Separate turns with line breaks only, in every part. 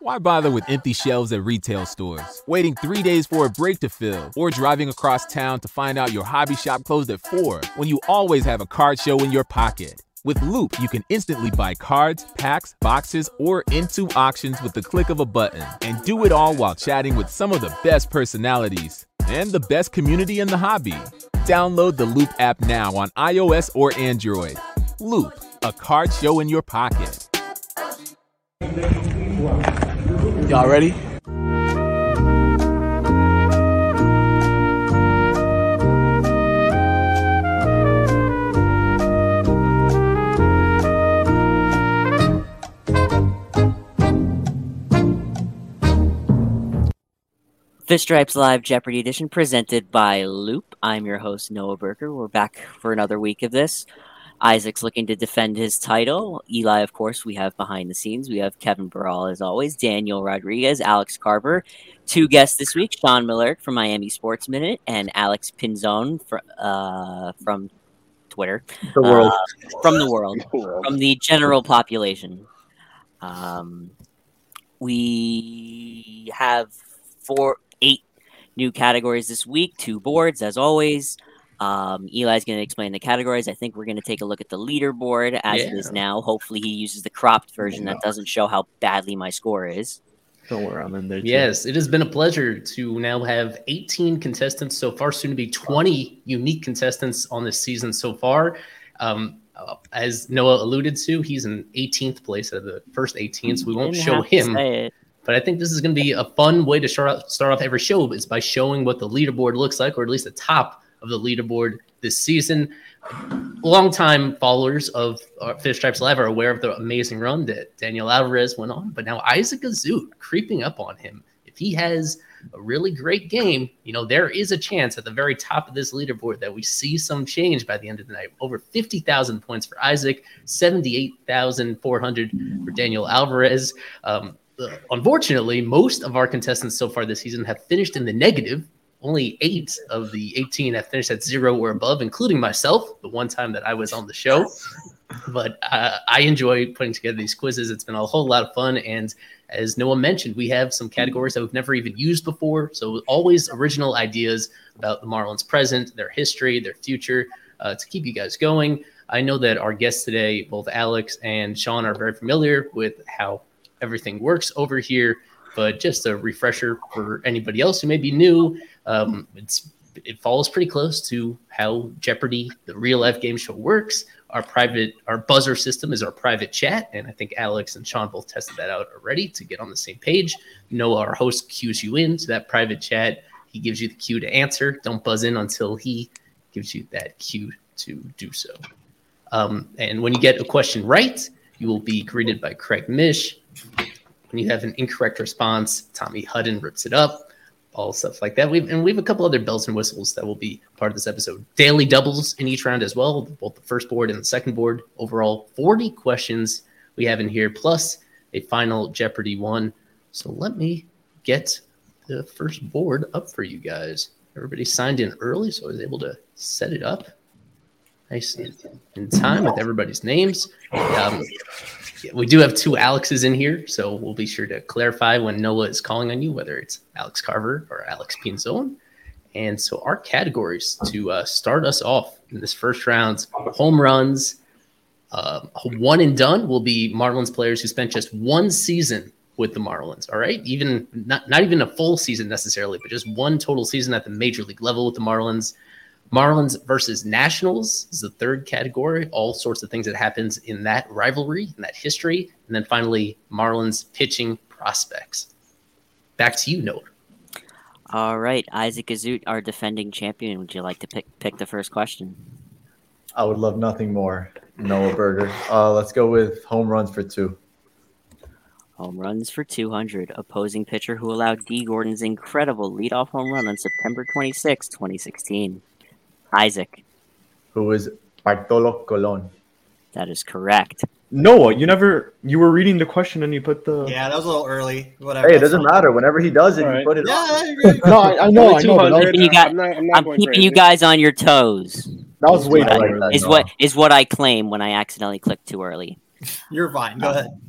Why bother with empty shelves at retail stores? Waiting three days for a break to fill, or driving across town to find out your hobby shop closed at 4 when you always have a card show in your pocket? With Loop, you can instantly buy cards, packs, boxes, or into auctions with the click of a button, and do it all while chatting with some of the best personalities and the best community in the hobby. Download the Loop app now on iOS or Android. Loop, a card show in your pocket.
Y'all ready?
Fish Stripes Live Jeopardy Edition presented by Loop. I'm your host, Noah Berger. We're back for another week of this. Isaac's looking to defend his title. Eli, of course, we have behind the scenes. We have Kevin Burrell, as always, Daniel Rodriguez, Alex Carver. Two guests this week Sean Millard from Miami Sports Minute and Alex Pinzone fr- uh, from Twitter.
The world.
Uh, from the world. From the general population. Um, we have four, eight new categories this week, two boards, as always. Um, Eli's going to explain the categories. I think we're going to take a look at the leaderboard as it is now. Hopefully, he uses the cropped version that doesn't show how badly my score is.
Don't worry, I'm in there. too.
Yes, it has been a pleasure to now have 18 contestants so far, soon to be 20 unique contestants on this season so far. Um, uh, as Noah alluded to, he's in 18th place out of the first 18, so we won't
Didn't
show
have to
him.
say it.
But I think this is going to be a fun way to start off, start off every show is by showing what the leaderboard looks like, or at least the top of the leaderboard this season. Longtime followers of uh, Fish Stripes Live are aware of the amazing run that Daniel Alvarez went on, but now Isaac Azoot creeping up on him. If he has a really great game, you know there is a chance at the very top of this leaderboard that we see some change by the end of the night. Over fifty thousand points for Isaac, seventy-eight thousand four hundred for Daniel Alvarez. Um, the- unfortunately, most of our contestants so far this season have finished in the negative. Only eight of the 18 have finished at zero or above, including myself, the one time that I was on the show. But uh, I enjoy putting together these quizzes. It's been a whole lot of fun. And as Noah mentioned, we have some categories that we've never even used before. So, always original ideas about the Marlins' present, their history, their future uh, to keep you guys going. I know that our guests today, both Alex and Sean, are very familiar with how everything works over here. But just a refresher for anybody else who may be new, um, it's it falls pretty close to how Jeopardy, the real life game show, works. Our private, our buzzer system is our private chat, and I think Alex and Sean both tested that out already to get on the same page. Noah, our host, cues you in to that private chat. He gives you the cue to answer. Don't buzz in until he gives you that cue to do so. Um, and when you get a question right, you will be greeted by Craig Mish. When you have an incorrect response, Tommy Hudden rips it up, all stuff like that. We've, and we have a couple other bells and whistles that will be part of this episode. Daily doubles in each round as well, both the first board and the second board. Overall, 40 questions we have in here, plus a final Jeopardy one. So let me get the first board up for you guys. Everybody signed in early, so I was able to set it up nice and in time with everybody's names. Um, yeah, we do have two Alexes in here, so we'll be sure to clarify when Noah is calling on you, whether it's Alex Carver or Alex Pinzone. And so our categories to uh, start us off in this first round: home runs, uh, one and done will be Marlins players who spent just one season with the Marlins. All right, even not not even a full season necessarily, but just one total season at the major league level with the Marlins. Marlins versus Nationals is the third category. All sorts of things that happens in that rivalry, in that history, and then finally Marlins pitching prospects. Back to you, Noah.
All right, Isaac Azut, our defending champion. Would you like to pick pick the first question?
I would love nothing more. Noah Berger. Uh, let's go with home runs for two.
Home runs for 200. Opposing pitcher who allowed D. Gordon's incredible leadoff home run on September 26, 2016. Isaac.
Who is Bartolo Colon?
That is correct.
Noah, you never you were reading the question and you put the
Yeah, that was a little early. Whatever.
Hey, it doesn't matter. Whenever he does it,
All
you
right.
put it
Yeah,
on.
I agree.
No, I, I know, I know. but That was,
Keeping you guys,
I'm not, I'm not
I'm
going
keeping
crazy.
you guys on your toes.
that was way
I like
better.
that,
Is
Noah.
what is what I claim when I accidentally click too early.
You're fine. Go ahead.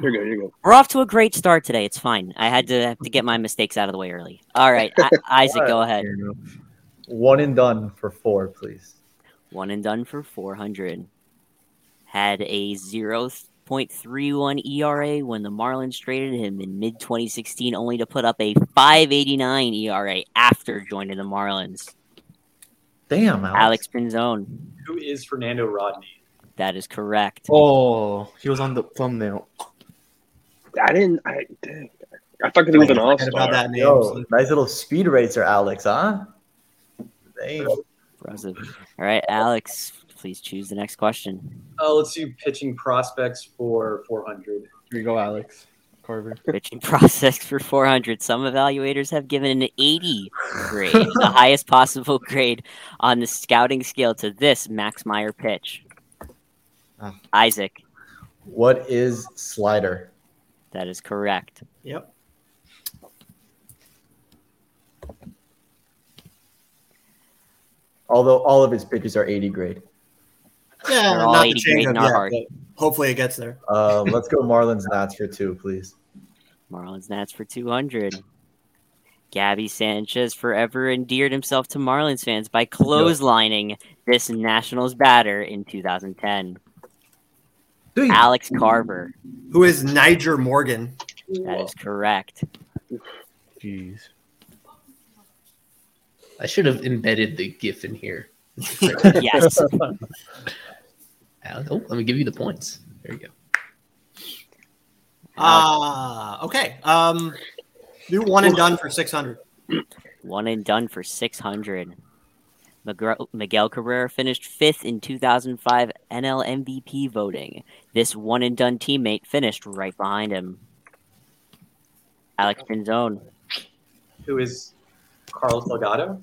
You're good. You're good.
We're off to a great start today. It's fine. I had to have to get my mistakes out of the way early. All right, I, Isaac, go ahead.
One and done for four, please.
One and done for 400. Had a 0.31 ERA E when the Marlins traded him in mid 2016, only to put up a 5.89 ERA E after joining the Marlins.
Damn, Alex.
Alex Pinzone.
Who is Fernando Rodney?
That is correct.
Oh, he was on the thumbnail.
I didn't. I dang, I thought he was an all
Forget about
star.
that name.
Yo, nice little speed racer, Alex, huh? Dang.
Impressive. All right, Alex, please choose the next question.
Uh, let's do pitching prospects for 400.
Here you go, Alex Carver.
pitching process for 400. Some evaluators have given an 80 grade, the highest possible grade on the scouting scale to this Max Meyer pitch.
Ah.
Isaac,
What is slider?
that is correct.
Yep.
Although all of his pitches are 80 grade.
Yeah,
They're all
not
80
the change
grade,
up
not
yet,
hard.
but hopefully it gets there.
Uh, let's go Marlins Nats for two, please.
Marlins Nats for 200. Gabby Sanchez forever endeared himself to Marlins fans by clotheslining this Nationals batter in 2010.
Dude,
Alex Carver,
Who is Niger Morgan?
that is correct.
Jeez.
I should have embedded the GIF in here.
Yes.
Alex- Oh, let me give you the points. There you go.
Ah, okay. Um, do one and done for six hundred.
One and done for 600. McGr- Miguel Cabrera finished fifth in 2005 NL MVP voting. This one and done teammate finished right behind him. Alex Pinzone.
Who is Carlos Delgado?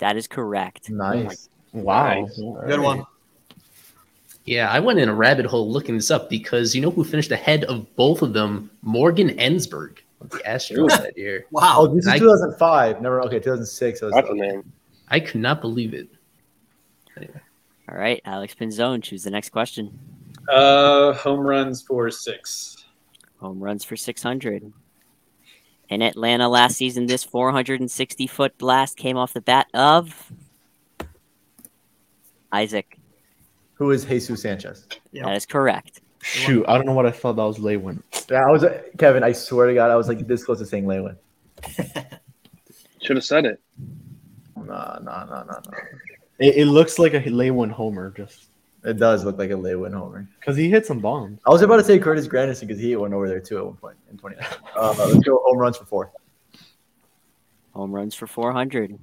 That is correct.
nice.
Wow.
Nice.
Good one.
Yeah, I went in a rabbit hole looking this up because you know who finished ahead of both of them? Morgan Ensberg of the Astros that year.
Oh,
Wow.
this is
I-
2005. Never. Okay, 2006. I was-
That's a name.
I could not believe it.
All right, Alex Pinzone, choose the next question.
Uh, home runs for six.
Home runs for 600. In Atlanta last season, this 460 foot blast came off the bat of Isaac.
Who is Jesus Sanchez?
Yep.
That is correct.
Shoot, I don't know what I thought that was Lewin.
Yeah, I was Kevin. I swear to God, I was like this close to saying Lewin.
Should have said it.
Nah, nah, nah, nah, nah.
It, it looks like a Lewin homer just
It does look like a Lewin homer.
because he hit some bombs.
I was about to say Curtis Granderson because he hit one over there too at one point in 29. Uh, let's go home runs for four.
Home runs for 400.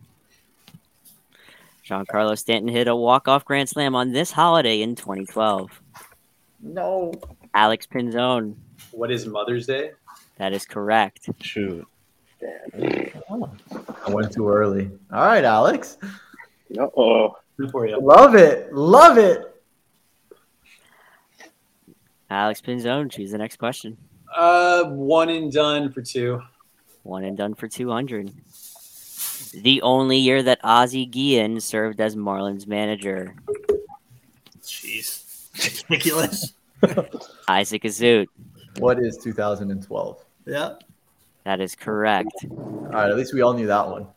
Giancarlo Stanton hit a walk-off grand slam on this holiday in 2012.
No.
Alex Pinzone,
What is Mother's Day?
that is correct.
Shoot.
I went too early. All right, Alex.
Uh oh.
Good for you.
Love it. Love it.
Alex Pinzone, choose the next question.
Uh, one and done for two.
One and done for 200. The only year that Ozzie Guillen served as Marlins manager.
Jeez. Ridiculous.
Isaac Azut,
What is 2012?
Yeah.
that is correct.
All right, at least we all knew that one.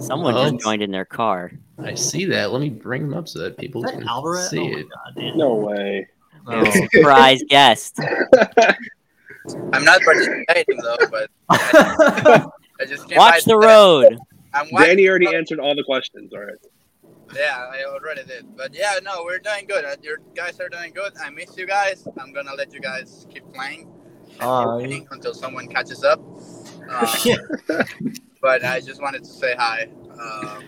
Someone
Oh.
just joined in their car.
I see that. Let me bring them up so that people
Is that
can
Alvarez?
see
Oh my
it.
No way.
Oh.
Surprise guest.
I'm not participating though, but I, I just came
Watch
by-
the road.
I'm watching.
Danny already answered all the questions. All right.
Yeah, I already did. But yeah, no, we're doing good. Uh, Your guys are doing good. I miss you guys. I'm gonna let you guys keep playing and keep
Aye.
winning until someone catches up. Uh, but I just wanted to say hi. Uh,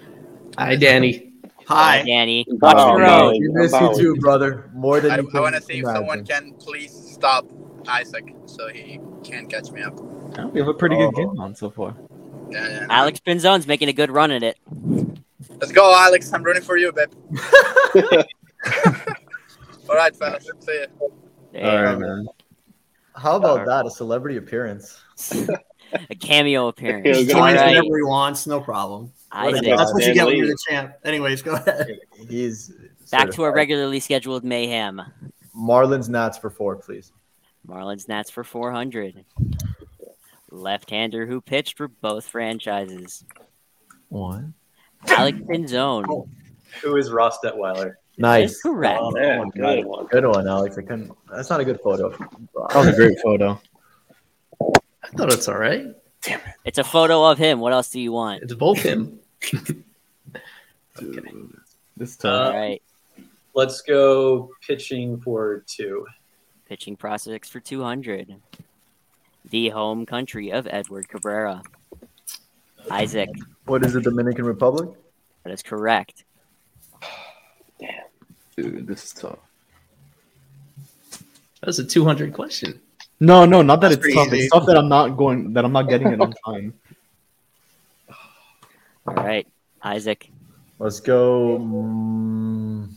Hi, Danny.
Hi,
Danny. Watch
Wow,
the road.
we miss you too, brother. More than
I,
you
I
can
want to see if
imagine.
someone can please stop Isaac so he can catch me up.
We have a pretty
Oh.
good game on so far.
Yeah, yeah.
Alex Pinzone's making a good run at it.
Let's go, Alex. I'm rooting for you, babe. All right, fellas. See you.
All right, man. How about that? A celebrity appearance.
A cameo appearance.
He joins whenever he wants, no problem.
Isaac.
That's what you get when you're the
Lee.
champ. Anyways, go ahead.
He's
Back to our regularly scheduled mayhem.
Marlins Nats for four, please.
Marlins Nats for 400. Left-hander who pitched for both franchises.
One.
Alex Pinzone.
Oh, Who is Ross Detweiler?
Nice.
correct.
Oh,
man,
good
good
one. Good one, Alex. I couldn't. That's not a good photo.
That was a great photo.
I thought it's all right.
It's a photo of him. What else do you want?
It's both him. Uh,
This
All
time.
right.
Let's go pitching for two.
Pitching prospects for 200. The home country of Edward Cabrera. Isaac.
What is the Dominican Republic?
That is correct.
Dude, this is tough.
That was a 200 question.
No, no, not that
That's
it's
pretty
tough.
easy.
It's tough that I'm not going. That I'm not getting it on time.
All right. Isaac.
Let's go mm,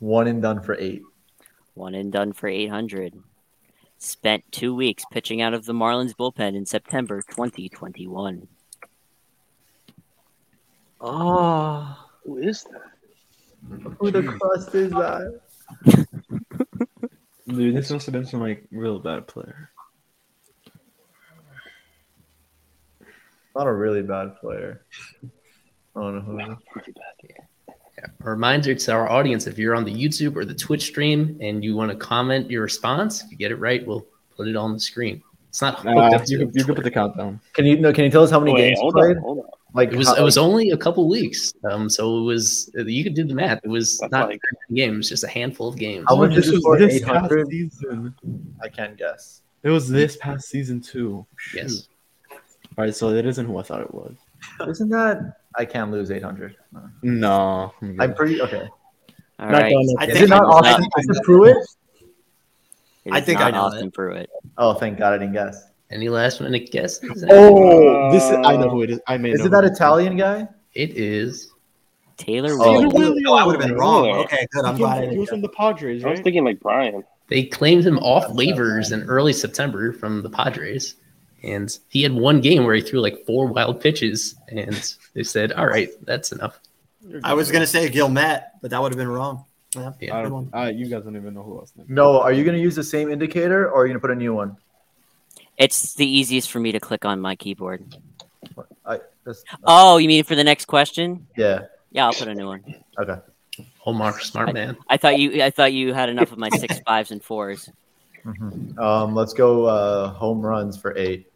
one and done for eight.
One and done for 800. Spent two weeks pitching out of the Marlins bullpen in September 2021.
Oh,
Ah, Who is that?
who the crust is that?
Dude, this must have been some like real bad player.
Not a really bad player. I don't know who. it is.
A reminder to our audience if you're on the YouTube or the Twitch stream and you want to comment your response, if you get it right, we'll put it on the screen. It's not hooked
Nah,
up to
you, can, you can put the countdown.
Can you no? Can you tell us how many
Wait,
games you
hold on,
played?
hold on.
Like
it was
how-
it was only a couple weeks. Um so it was you could do the math. It was not
like-
games, just a handful of games.
How much is it for? Eight
past
hundred.
season.
I can't guess.
It was this past season too.
Yes.
All right, so it isn't who I thought it was.
Isn't that? I can't lose eight hundred.
No,
I'm pretty okay.
All
Not
right.
going up.
I
Is
Is
think
it not
I know
Austin?
that.
Is it Pruitt?
It
I
is
think I
not
know
Austin Pruitt.
Oh, thank God I didn't guess.
Any last minute guesses?
Oh, this is, I know who it is. I may
Uh, Is
know
it that
who it is.
Italian guy?
It is
Taylor
Oh.
Williams.
Oh, I would have been wrong.
Really?
Okay, good. I'm
He
glad I
was, he
didn't.
was from the Padres,
I was
right?
thinking like Brian.
They claimed him off waivers in early September from the Padres. And he had one game where he threw like four wild pitches. And they said, all right, that's enough.
I was gonna say Gilmet, but that would have been wrong. Yeah,
Yeah.
I
good
don't,
one.
I, you guys don't even know who else. named-
No. Are you gonna use the same indicator or are you gonna put a new one?
It's the easiest for me to click on my keyboard.
I that's,
Oh, you mean for the next question?
yeah.
Yeah, I'll put a new one.
Okay.
Omar, smart man.
I thought you I thought you had enough of my six fives and fours.
Mhm. Um, let's go uh, home runs for eight.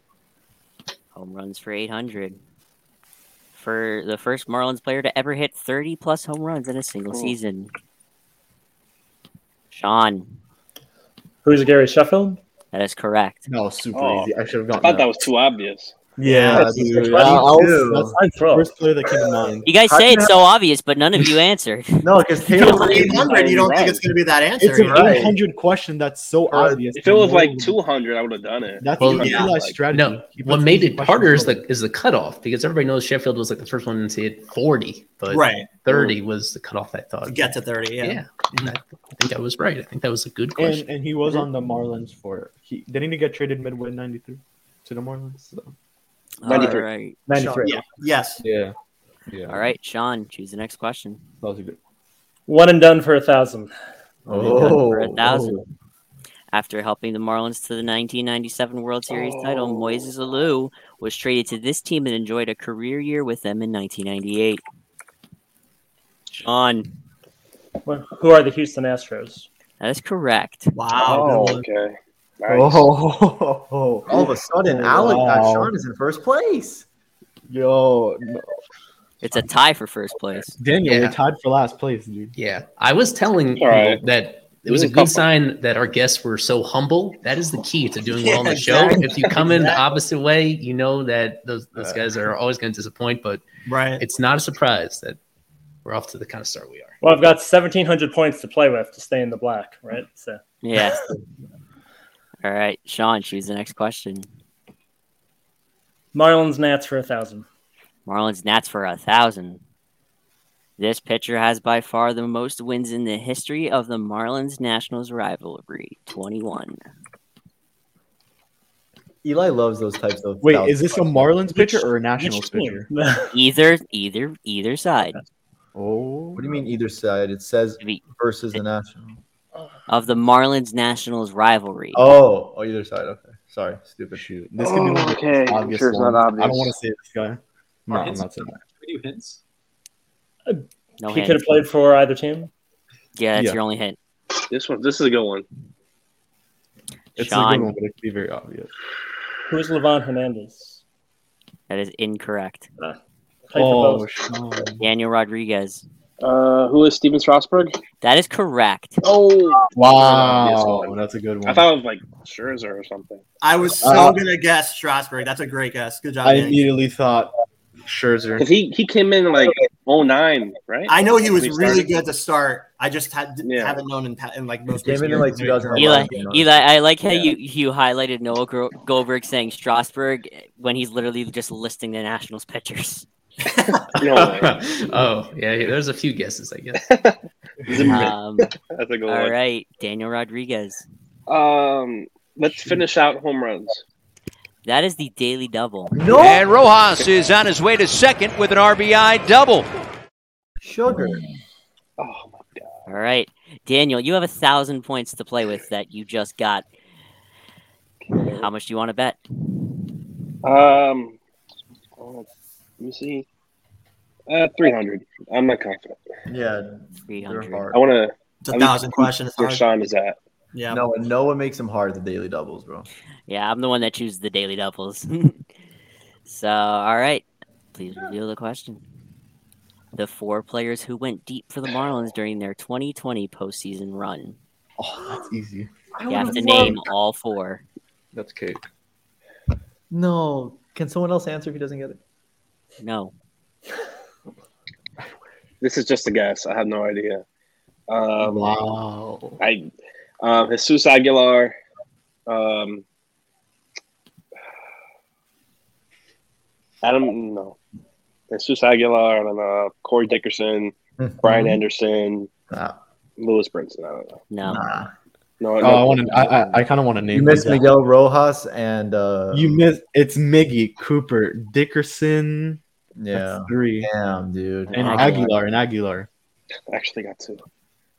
Home runs for 800. For the first Marlins player to ever hit 30 plus home runs in a single
Cool.
season. Sean,
Who's Gary Sheffield?
that is correct.
No, super
Oh,
easy. I should have
I
gotten
thought that was too obvious.
Yeah,
That's
dude.
funny,
Uh, I was-
too.
that's
Nice
the
throw.
first player that came to mind.
You guys
How
say
do
it's
you
so obvious, but none of you answered.
No, because Taylor.
Taylor
Williams-
800, you don't think it's gonna be that answer?
It's an
you're right.
800 question that's so obvious.
If it was
No
like
one-
200, I would have done it.
that's
Well,
the
yeah,
Eli
like-
strategy.
No,
He
what
puts
made
these
it
questions
harder is
over.
the, is the cutoff because everybody knows Sheffield was like the first one to see it 40, but
Right.
30 was the cutoff I thought.
To get to 30, yeah.
Yeah. And I, I think I was right. I think that was a good question.
and, and he was on the Marlins for he didn't he get traded midway in '93 to the Marlins? So.
All
93.
right.
Sean,
93.
yeah. Yes.
Yeah, yeah.
All right, Sean, choose the next question.
that was a good.
One and done for a thousand.
Oh,
Oh. One and done for a thousand. After helping the Marlins to the 1997 World Series title, Moises Alou was traded to this team and enjoyed a career year with them in 1998. Sean,
Well, Oh. Who are the Houston Astros?
that is correct.
Ah,
Wow.
Oh, okay.
Oh,
All of a sudden,
Alec got
Wow.
Sean is in first place.
Yo,
It's a tie for first place.
Daniel,
Yeah.
we're tied for last place, dude.
Yeah, I was telling people
right.
that it was a
Ooh, couple.
good sign that our guests were so humble. That is the key to doing well on the
Yeah,
show.
exactly.
If you come in the
Exactly.
opposite way, you know that those, those guys are always going to disappoint. But
Uh, right,
it's not a surprise that we're off to the kind of start we are.
Well, I've got 1,700 points to play with to stay in the black, right? So,
Yeah. All right, Sean, choose the next question.
Marlins Nats for a 1,000.
Marlins Nats for a thousand. This pitcher has by far the most wins in the history of the Marlins Nationals rivalry, 21.
Eli loves those types of.
Wait,
thousand
is this a
bucks.
Marlins pitcher or a Nationals pitcher?
Either, either, either side
Oh, what do you mean either side? It says versus the national.
of the Marlins Nationals rivalry.
Oh, oh, either side. Okay, sorry, stupid. Shoot,
This could be one of the most obvious ones. I don't want to say this guy. No, I'm
Hints?
not saying that.
Can we do hints?
No
he
hint.
could have played for either team.
yeah, that's
Yeah.
your only hint.
This one, this is a good one.
It's a
Sean.
good one, but it could be very obvious.
Who's Levon Hernandez?
That is incorrect.
Played
Oh,
for both.
Sean.
Daniel Rodriguez.
Uh, who is Steven Strasburg?
That is correct.
Oh,
Wow, Oh, that's a good one.
I thought it was like Scherzer or something.
I was so
Uh,
gonna guess Strasburg. That's a great guess. Good job.
I
Danny.
immediately thought Scherzer.
Because he, he came in like 09, right?
I know he was
When
really
started.
good to start. I just had, didn't-
Yeah.
haven't known in, pa- in like most.
Came in in, like, 2011.
Eli,
Yeah.
Eli, I like how
Yeah.
you, you highlighted Noah Gro- Goldberg saying Strasburg when he's literally just listing the Nationals pitchers.
No way.
oh, yeah, yeah, there's a few guesses, I guess.
Um,
That's a good
all
one.
right, Daniel Rodriguez.
Um, let's finish out home runs.
That is the daily double.
And Rojas is on his way to second with an RBI double.
Sugar.
All right, Daniel, you have a thousand points to play with that you just got. How much do you want to bet?
Um, oh, let me see. Uh, 300. I'm not confident.
Yeah,
Three
they're
hundred.
hard.
I want to.
It's a thousand questions.
Where Sean is at.
Yeah.
No, and no one makes him hard. The daily doubles, bro.
Yeah, I'm the one that chooses the daily doubles. so, all right, please reveal the question. The four players who went deep for the Marlins during their 2020 postseason run.
Oh, that's easy.
You have to name all four.
That's cake. No, can someone else answer if he doesn't get it?
No.
This is just a guess. I have no idea. Um,
wow.
I, um, Jesus Aguilar. Um, Adam, no. Jesus Aguilar. I don't know. Corey Dickerson.
Hmm.
Brian
Mm-hmm.
Anderson.
Nah.
Lewis Brinson. I don't know.
No.
Nah.
No,
Oh,
no.
I want to. I, I, I kind of want to name.
You missed
them.
Miguel Rojas and uh,
You miss. It's Miggy, Cooper, Dickerson.
yeah,
that's three.
damn dude, Oh,
And Aguilar and Aguilar.
I actually got two.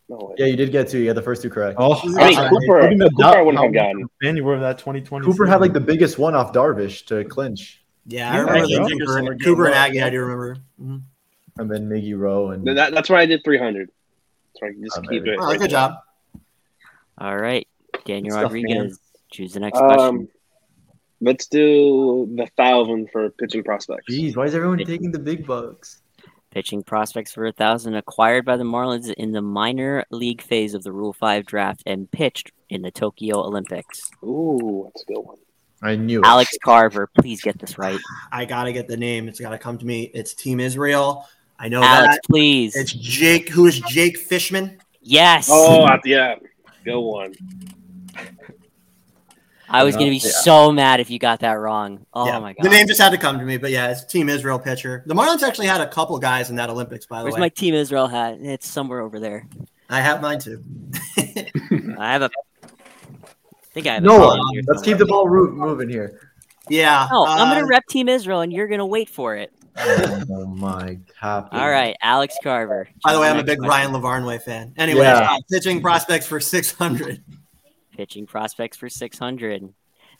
No way.
Yeah, you did get two. You got the first two correct.
Oh,
I mean, Cooper-
I didn't
Cooper I wouldn't have gotten.
Man, you were that 2020.
Cooper had like the biggest one off Darvish to clinch,
Yeah, I
Yeah,
remember
yeah.
the Cooper, and- Cooper and Aggie. I do remember. Mhm.
Mm-hmm.
and then Miggy Rowe and
Th- That, that's why I did 300. So I can just
Oh,
keep
maybe.
it.
Oh,
right
good
there.
job.
All right, Daniel
Stuff, man.
Rodriguez, choose the next
Um,
question.
let's do the thousand for pitching prospects.
Jeez, why is everyone taking the big bucks?
Pitching prospects for a thousand acquired by the Marlins in the minor league phase of the Rule Five draft and pitched in the Tokyo Olympics.
Ooh, that's a good one.
I knew it.
Alex Carver, please get this right.
I gotta get the name. It's gotta come to me. It's Team Israel. I know
Alex,
that.
please.
It's Jake. Who is Jake Fishman?
Yes.
Oh, I- yeah. Good one.
I was gonna be
Yeah.
so mad if you got that wrong. Oh
Yeah.
my god.
The name just had to come to me, but yeah, it's Team Israel pitcher. The Marlins actually had a couple guys in that Olympics, by the
Where's
way.
my Team Israel hat? It's somewhere over there.
I have mine too.
I have a. I think I have. a
No
copy
one.
here
Let's keep
somewhere.
the ball ro- moving here.
Yeah.
No, Oh, I'm
uh,
gonna rep Team Israel, and you're gonna wait for it.
Oh my god!
All right, Alex Carver.
By the way, I'm a
Next
big
question.
uh, Ryan LaVarnway fan. Anyway,
Yeah.
pitching prospects for 600.
Pitching prospects for 600.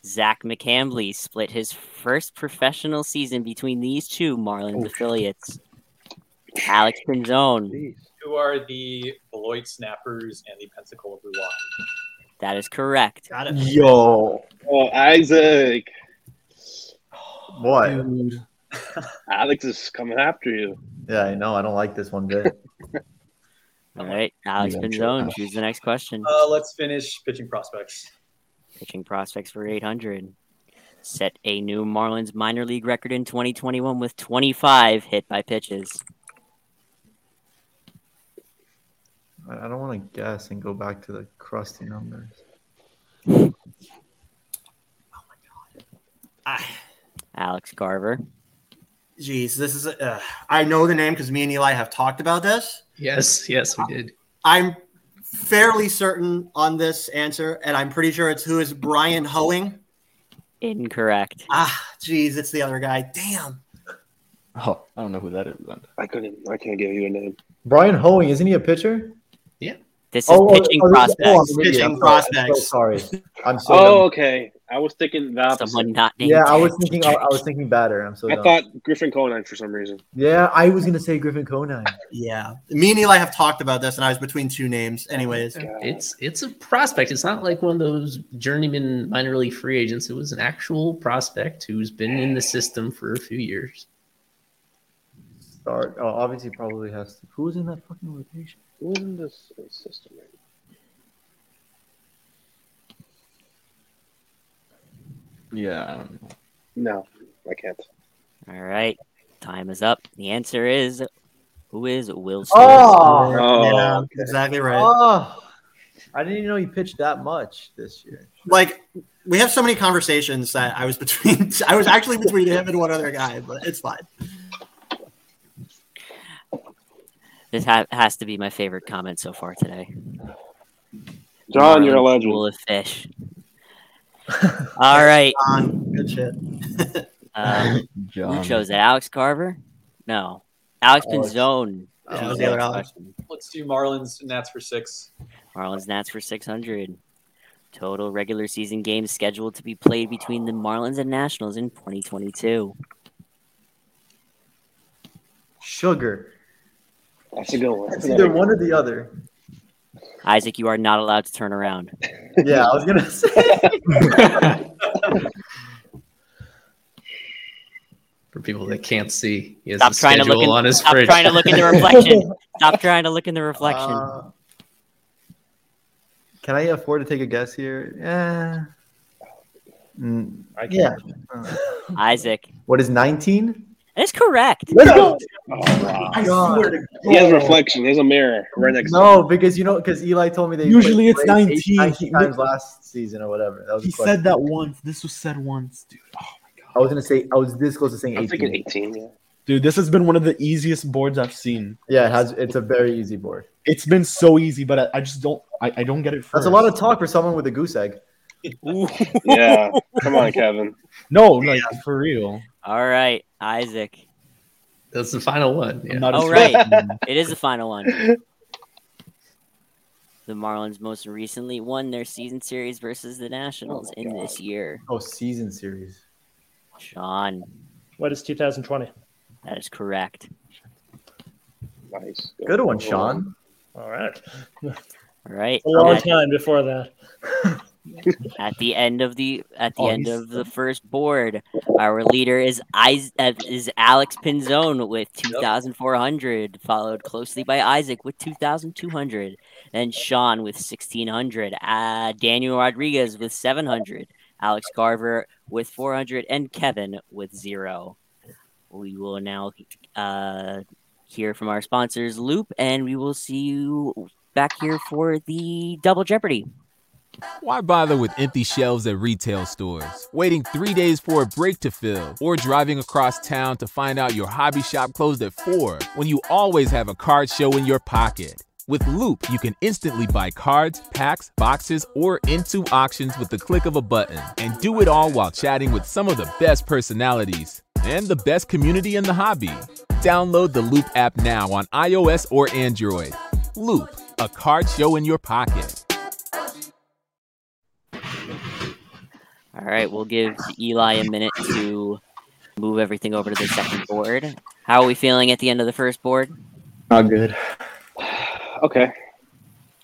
Zach McCambly split his first professional season between these two
Oh,
Marlins affiliates. Alex Pinzone.
Who are the Beloit Snappers and the Pensacola Blue Walkers?
That is correct.
Yo. Oh, Isaac.
What?
Alex is coming after you.
Yeah, I know. I don't like this one bit.
All right, Alex
Yeah, I'm sure.
Pinzone, choose the next question.
Uh, let's finish pitching prospects.
Pitching prospects for 800. Set a new Marlins minor league record in 2021 with 25 hit by pitches.
I I don't want to guess and go back to the crusty numbers.
Alex Garver.
Jeez, this is. Uh, I know the name because me and Eli have talked about this.
Yes, yes, we did.
I'm fairly certain on this answer, and I'm pretty sure it's who is Brian Hoeing.
Incorrect.
Ah, jeez, it's the other guy. Damn.
Oh, I don't know who that is. I couldn't. I can't give you a name.
Brian Hoeing, isn't he a pitcher?
Yeah.
This
is pitching prospects. Pitching
I'm so
prospects.
sorry. I'm so
oh,
dumb.
okay. I was thinking the opposite.
Someone not
Yeah, I was thinking. I, I was thinking batter. I'm so.
I
dumb.
thought Griffin Conine for some reason.
Yeah, I was gonna say Griffin Conine.
Yeah, me and Eli have talked about this, and I was between two names. Anyways,
It's it's a prospect. It's not like one of those journeyman minor league free agents. It was an actual prospect who's been in the system for a few years.
Start. Oh, obviously, probably has to. Who's in that fucking rotation?
Who's in this system?
Yeah.
No, I can't.
All right. Time is up. The answer is who is Will Stewart?
Oh,
Yeah, exactly right.
Oh, I didn't even know he pitched that much this year.
like we have so many conversations that I was between. I was actually between him and one other guy, but it's fine.
This ha- has to be my favorite comment so far today.
John, you're a legend.
Full of fish. All right.
Good shit.
Um, who
John.
chose it? Alex Carver? No. Alex
Alex.
Pinzone. chose
Yeah, that was
the
the other
next
Alex.
question.
Um, Let's do Marlins and Nats for six.
Marlins Nats for 600. Total regular season games scheduled to be played between the Marlins and Nationals in 2022.
Sugar.
That's a good one.
It's either one or the other.
Isaac, you are not allowed to turn around.
Yeah, I was gonna say.
For people that can't see, he has
Stop
a
trying to
schedule
look in,
on his
stop
fridge.
trying to look in the reflection. stop trying to look in the reflection.
Uh,
Can I afford to take a guess here? Yeah. Mm,
I
yeah.
Isaac.
What is 19?
That's correct.
Let's go.
I swear to He has reflection. He has a mirror right next. to
No, because you know, because Eli told me they
Usually
played
it's
eight-
19. He-
times last season or whatever. That was
He
a question.
said that once. This was said once, dude.
I was gonna say I was this close to saying 18.
thinking 18. Yeah.
Dude, this has been one of the easiest boards I've seen.
Yeah, it has. It's a very easy board.
It's been so easy, but I, I just don't. I, I don't get it.
That's a lot of talk for someone with a goose egg.
yeah. Come on, Kevin.
No, like for real.
All right, Isaac.
That's the final one. Yeah.
not
Oh, right. it is the final one. The Marlins most recently won their season series versus the Nationals in this year.
Oh, season series.
Sean,
What is 2020?
that is correct.
Nice.
Good one, Sean.
All right.
All right.
A long
at,
time before that.
at the end of the at the
Oh,
end
he's-
of the first board, our leader is Is- uh, is Alex Pinzone with 2400, followed closely by Isaac with 2200, and Sean with 1600. Uh, Daniel Rodriguez with 700, Alex Garver with 400 and Kevin with 0. We will now uh, hear from our sponsors Loop and we will see you back here for the Double Jeopardy.
Why bother with empty shelves at retail stores? Waiting three days for a break to fill, or driving across town to find out your hobby shop closed at 4 when you always have a card show in your pocket? With Loop, you can instantly buy cards, packs, boxes, or into auctions with the click of a button, and do it all while chatting with some of the best personalities and the best community in the hobby. Download the Loop app now on iOS or Android. Loop, a card show in your pocket.
All right, we'll give Eli a minute to move everything over to the second board. How are we feeling at the end of the first board?
Not good.
Okay.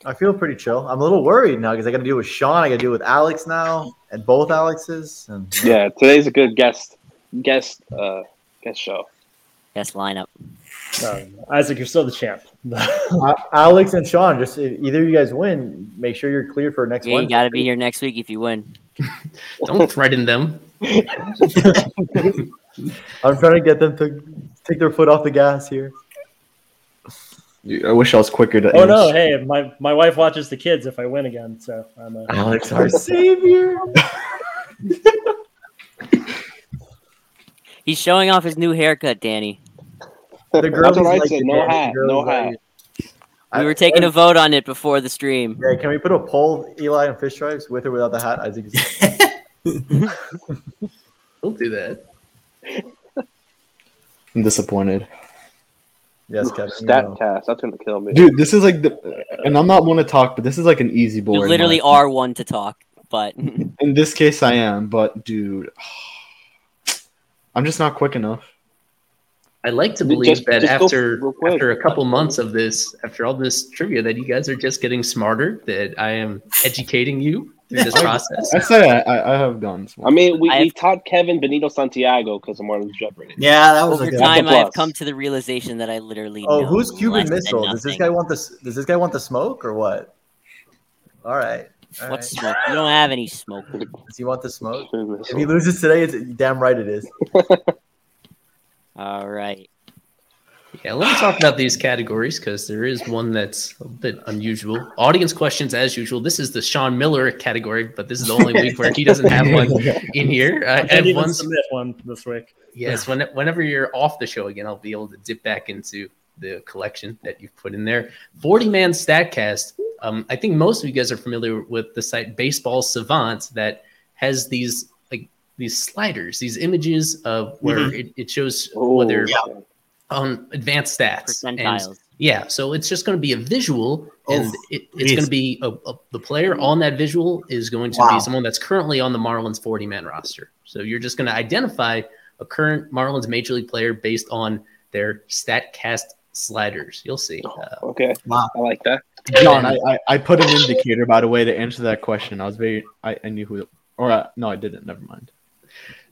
I feel pretty chill. I'm a little worried now because I got to deal with Sean. I got to deal with Alex now, and both Alexes. And
Yeah, today's a good guest guest uh guest show.
Guest lineup.
Uh,
Um, Isaac, you're still the champ.
Uh, Alex and Sean, just if either of you guys win, make sure you're clear for next
Yeah,
one.
you got to be here next week if you win.
Don't threaten them.
I'm trying to get them to take their foot off the gas here.
I wish I was quicker to.
Oh
answer.
no! Hey, my, my wife watches the kids if I win again, so I'm a
Alex, our
savior.
He's showing off his new haircut, Danny.
The
girls what I like said, it, no Danny. hat, The no girls hat. like
We were taking a vote on it before the stream.
Yeah, can we put a poll, Eli and Fish Stripes, with or without the hat? Isaac.
Don't do that.
I'm disappointed,
Yes, Kevin.
Stat cast. That's gonna kill me.
dude. This is like the, and I'm not one to talk, but this is like an easy board.
You
in
literally
my-
are one to talk, but
In this case, I am, but dude, I'm just not quick enough.
I like to
Just-
believe that
just go
after after a couple months of this, after all this trivia, that you guys are just getting smarter. That I am educating you through this process.
I say I, I, I have guns.
I mean, we, we taught Kevin Benito Santiago because of Marlon's Jeopardy.
Yeah, that
over time, I have come to the realization that I literally.
Oh,
know
who's
less
Cuban
than
Missile? Does this
nothing.
guy want this? Does this guy want the smoke or what? All right. all
What's
right.
smoke? You don't have any smoke.
Does he want the smoke? If he loses today, it's damn right it is.
All right.
Yeah, let me talk about these categories because there is one that's a bit unusual. Audience questions, as usual. This is the Sean Miller category, but this is the only week where he doesn't have one in here.
I
Uh,
didn't even
everyone's-
submit one this week.
Yes, when, whenever you're off the show again, I'll be able to dip back into the collection that you've put in there. 40 man StatCast. Um, I think most of you guys are familiar with the site Baseball Savant that has these like these sliders, these images of where
Mhm.
it, it shows whether
yeah.
on um, advanced stats. and-
Percentiles.
yeah, so it's just going to be a visual, and
Oh,
it,
geez.
it's going to be a, a- the player on that visual is going to
Wow.
be someone that's currently on the Marlins 40 man roster. So you're just going to identify a current Marlins major league player based on their StatCast sliders. You'll see. Uh,
Oh, okay.
Wow.
I like that.
John, I, I, I put an indicator by the way to answer that question. I was very I, I knew who or uh, no I didn't. Never mind.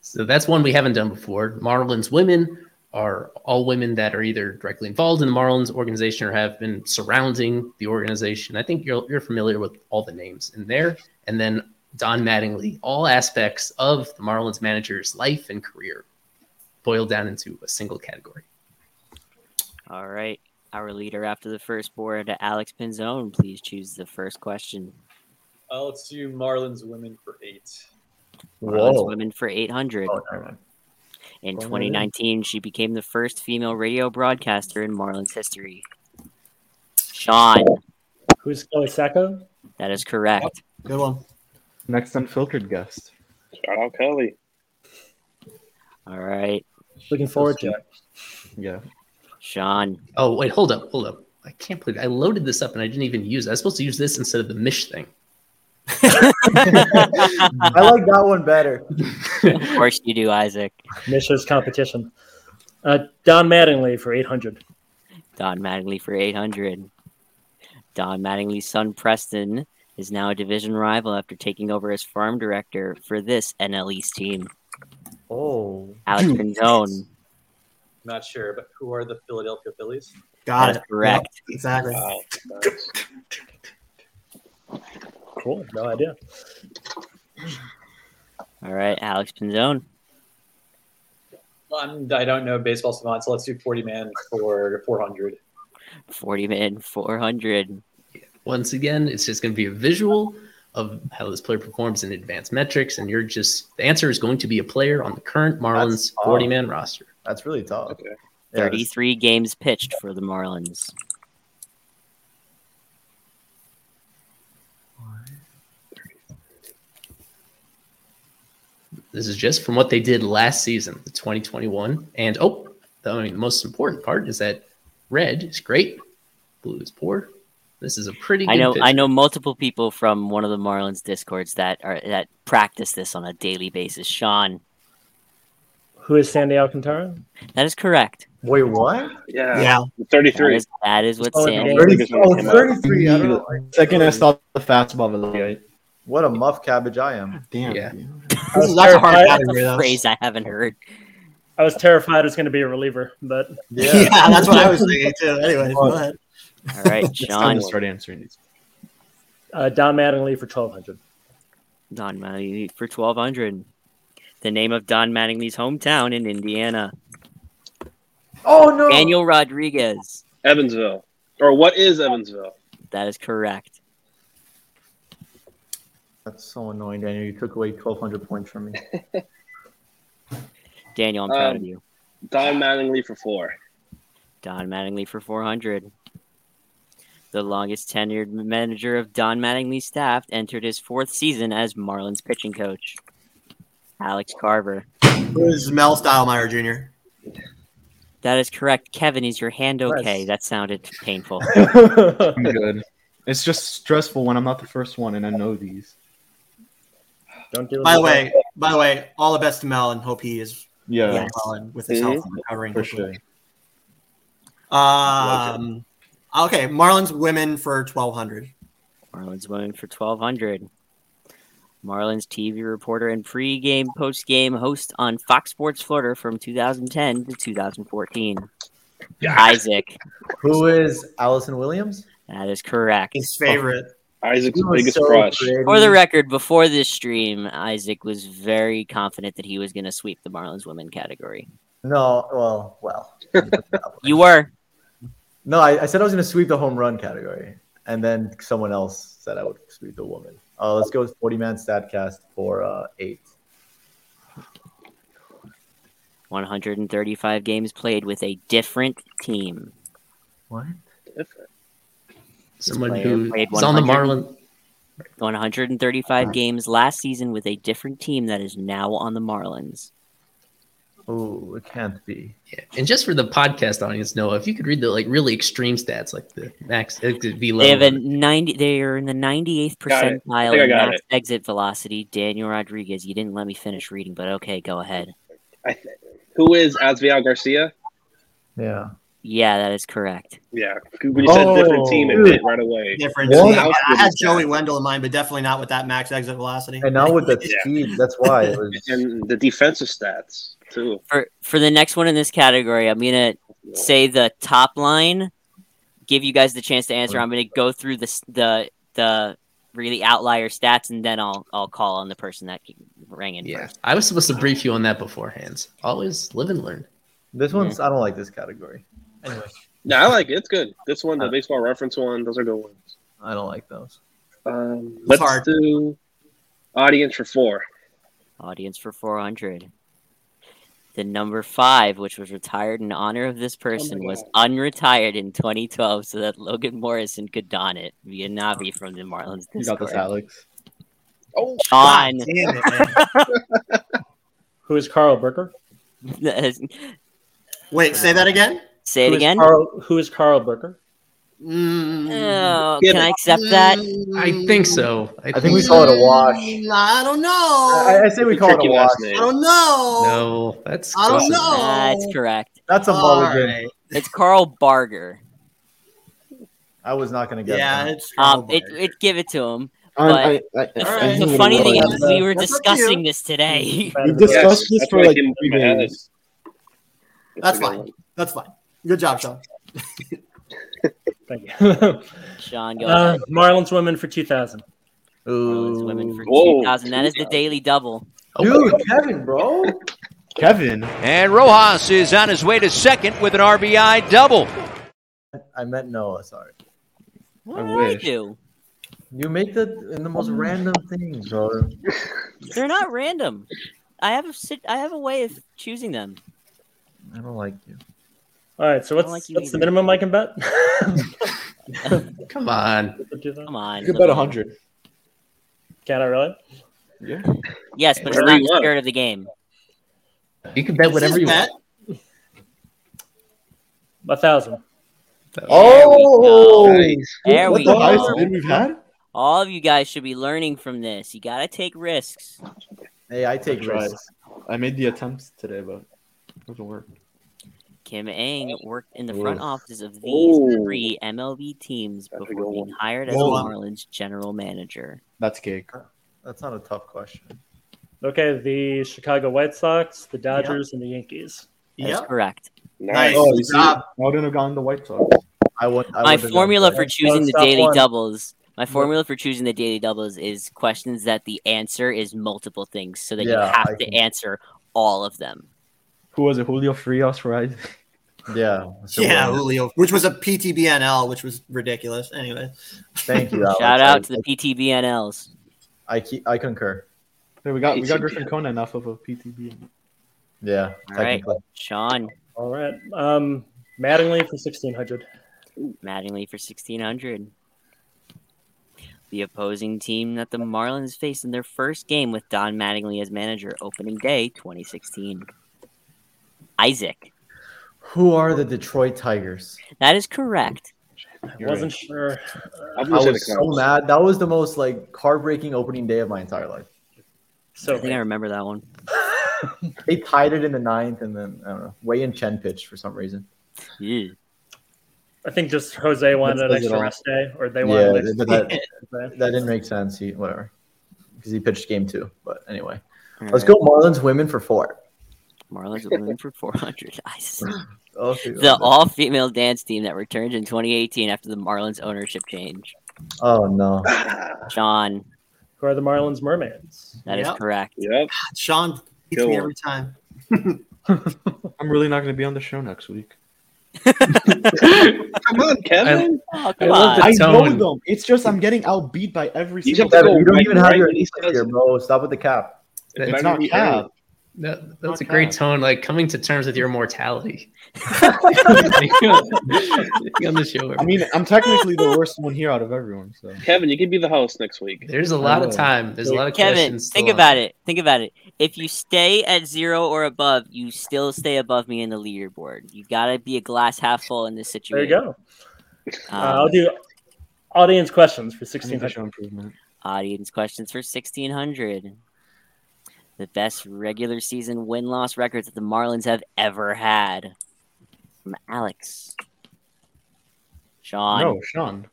So that's one we haven't done before. Marlins women are all women that are either directly involved in the Marlins organization or have been surrounding the organization. I think you're, you're familiar with all the names in there. And then Don Mattingly, all aspects of the Marlins manager's life and career boiled down into a single category.
All right. Our leader after the first board, Alex Pinzone. Please choose the first question.
Uh, let's do Marlins women for eight.
Marlins
Whoa.
women for 800.
Oh,
In
Going right in.
2019, she became the first female radio broadcaster in Marlins history. Sean,
Who's Kelly Sacco?
that is correct.
Good one.
Next unfiltered guest.
Shout out Kelly.
All right.
Looking forward to it.
Yeah.
Sean.
Oh, wait, hold up, hold up. I can't believe I loaded this up and I didn't even use it. I was supposed to use this instead of the Mish thing.
I like that one better.
Of course you do, Isaac.
Misha's competition. Uh, Don Mattingly for 800.
Don Mattingly for 800. Don Mattingly's son, Preston, is now a division rival after taking over as farm director for this NL East team.
Oh,
Alex Pinzone.
Not sure, but who are the Philadelphia Phillies? Uh,
Got
That's
it.
correct.
Yep, exactly.
Uh,
Cool. No idea.
All right, Alex Pinzone.
I'm, I don't know baseball savant, so let's do 40 man for 400.
40 man, 400.
Once again, it's just going to be a visual of how this player performs in advanced metrics, and you're just the answer is going to be a player on the current Marlins
tough.
40 man roster.
That's really tough. Yeah,
33 games pitched for the Marlins.
This is just from what they did last season, the 2021. And oh, the, I mean, the most important part is that red is great, blue is poor, This is a pretty. Good
I know
pitch.
I know multiple people from one of the Marlins discords that are that practice this on a daily basis. Sean,
Who is Sandy Alcantara?
that is correct.
Wait, what?
Yeah. Thirty-three.
That is, that is what
Oh,
Sandy.
yeah. 30 oh, 33,
I don't know.
Second, I saw the fastball. of the league.
What a muff cabbage I am.
Damn.
Yeah.
That's a hard that's a phrase I haven't heard.
I was terrified it was going to be a reliever, but
Yeah. Yeah,
that's what I was thinking too. Anyways, go ahead.
All right,
It's time
Sean.
to start answering these.
Uh, Don Mattingly for twelve hundred.
Don Mattingly for twelve hundred. The name of Don Mattingly's hometown in Indiana.
Oh no!
Daniel Rodriguez.
Evansville, or what is Evansville?
That is correct.
That's so annoying, Daniel. You took away 1,200 points from me.
Daniel, I'm proud
Um,
of you.
Don Mattingly for four.
Don Mattingly for 400. The longest tenured manager of Don Mattingly's staff entered his fourth season as Marlins pitching coach. Alex Carver.
Who is Mel Stottlemyre Jr.?
That is correct. Kevin, is your hand okay? That sounded painful.
I'm good. It's just stressful when I'm not the first one and I know these.
Don't do
By the way, by the way, all the best to Mel and hope he is
Yeah.
doing well and with his
Mhm.
health and recovering.
For
hopefully. Um, okay, Marlins women for twelve hundred.
Marlins women for 1200. Marlins TV reporter and pregame, postgame host on Fox Sports Florida from 2010 to 2014. Isaac.
Who is Allison Williams?
That is correct.
His favorite.
Isaac's
He was biggest so crush. pretty.
For the record, before this stream, Isaac was very confident that he was going to sweep the Marlins women category.
No, well, well.
You were.
No, I, I said I was going to sweep the home run category, and then someone else said I would sweep the woman. Uh, let's go with 40 man statcast for uh, eight.
135 games played with a different team.
What?
Someone
player
who
played
is on the
100
Marlins.
135 games last season with a different team that is now on the Marlins.
Oh, it can't be.
And just for the podcast audience, Noah, if you could read the like really extreme stats, like the max like the V
They have a
level.
90. They are in the 98th
Got it. I
percentile
think I
in
got
max exit velocity. Daniel Rodriguez, you didn't let me finish reading, but okay, go ahead.
I th- who is Asviel Garcia?
Yeah.
Yeah, that is correct.
Yeah, when you
Oh,
said different team, it hit right away.
Different.
What?
team. I had Joey Wendell in mind, but definitely not with that max exit velocity.
And now with the speed, that's why. It was...
And the defensive stats too.
For for the next one in this category, I'm gonna say the top line, give you guys the chance to answer. I'm gonna go through the s- the the really outlier stats, and then I'll I'll call on the person that rang in
Yeah.
first.
I was supposed to brief you on that beforehand. Always live and learn.
This one's, I don't like this category. Anyway, Uh,
No, I like it. It's good. This one, the baseball reference one, those are good ones.
I don't like those.
Um, let's
hard.
do audience for four.
Audience for 400. The number five, which was retired in honor of this person, was unretired in 2012 so that Logan Morrison could don it via Navi from the Marlins.
You got this,
Discord.
Alex.
Oh,
Sean.
Who is Carl Burker?
Wait, say that again.
Say it
Who is
again.
Carl, who is Carl Burker?
Mm.
Oh, can I accept that?
I think so. I,
think we call it a wash.
I don't know.
I, I say we call it a wash.
I don't know.
No, that's
I don't
close enough.
know.
That's correct.
That's a
Oh, All
mulligan.
right.
It's Carl Barger.
I was not going to get
Yeah,
that.
it's
Um, it, it give it to him.
I-
But
I- I- I-
the-
I
the
think
funny
it
thing
was.
is, we were
That's up to you.
discussing this today.
We discussed this for like three days.
That's fine. That's fine. Good job,
Eh.
Sean.
Thank you.
Sean, go
uh,
ahead.
Marlins women for two thousand.
Marlins women for
Whoa,
2000. That is the daily double.
Dude, Kevin, bro.
Kevin.
And Rojas is on his way to second with an RBI double.
I meant Noah. Sorry.
What
I
did I
wish.
do?
You make the in the most random things, bro.
They're not random. I have a sit- I have a way of choosing them.
I don't like you.
All right, so
I don't
what's
like you
what's the
either.
minimum I can bet?
Come on.
Come on.
You could bet 100.
Can I really?
Yeah.
Yes, but it's
Whatever
not
you
the
want.
spirit of the game.
You can bet whatever you want.
A thousand.
Oh,
There
what
we
the
go.
highest bid we've had?
All of you guys should be learning from this. You gotta take risks.
Hey, I take
Tried.
risks.
I made the attempts today, but it doesn't work.
Kim Ng worked in the front
Ooh.
office of these
Ooh.
three MLB teams before being hired as
Whoa.
Marlins general manager.
That's cake.
That's not a tough question.
Okay, the Chicago White Sox, the Dodgers, and the Yankees.
That's correct.
Oh, you see, I wouldn't have gone the White Sox. I would. I
My
wouldn't have
formula
gone
for
White Sox.
choosing the
Stop
daily
one.
doubles. My formula for choosing the daily doubles is questions that the answer is multiple things, so that you
Yeah,
have
I
to
can-
answer all of them.
Who was it? Julio Frias, right?
Yeah.
yeah, Julio, which was a PTBNL, which was ridiculous. Anyway,
Thank you, Alex.
Shout
I-
out to the PTBNLs.
I keep, I concur.
Hey, we got we got
PTB.
Griffin Conan off of a PTB.
Yeah.
All right, Sean
All right. Um, Mattingly for 1600.
Mattingly for sixteen hundred. The opposing team that the Marlins faced in their first game with Don Mattingly as manager, opening day, twenty sixteen. Isaac,
Who are the Detroit Tigers?
that is correct.
I wasn't sure.
I was so mad. That was the most like heartbreaking opening day of my entire life.
I think I remember that one.
They tied it in the ninth, and then I don't know. Wei and Chen pitched for some reason.
Yeah.
I think just Jose wanted
That says
an
it
extra
all.
rest day, or they
yeah,
wanted. an
but
extra-
that, that didn't make sense. He whatever because he pitched game two. But anyway,
All
let's
right.
go Marlins women for four.
Marlins would win for 400. I see.
Oh,
The all female dance team that returned in 2018 after the Marlins ownership change.
oh no.
Sean,
Who are the Marlins Mermaids?
that is
Yep.
correct.
Yep.
Sean beats
Go
me
on.
every time.
I'm really not going to be on the show next week.
Come on, Kevin.
Oh,
I,
come on.
know them. It's just I'm getting outbeat by every
You
single.
have to
Devin, you
go
don't even
right-
have
right
your
when he
niece here, bro. Stop with the cap.
That-
It's not cap.
That, that's a great tone, like coming to terms with your mortality. on the show,
I mean, I'm technically the worst one here out of everyone. So
Kevin, you can be the host next week.
There's a
Oh.
lot of time. There's a lot of
Kevin,
questions.
think about it. Think about it. If you stay at zero or above, you still stay above me in the leaderboard. You got to be a glass half full in this
There
situation.
you go. Uh,
Um,
I'll do audience questions for 1600.
improvement.
Audience questions for 1600. The best regular season win loss records that the Marlins have ever had. From Alex. Sean.
no, Sean.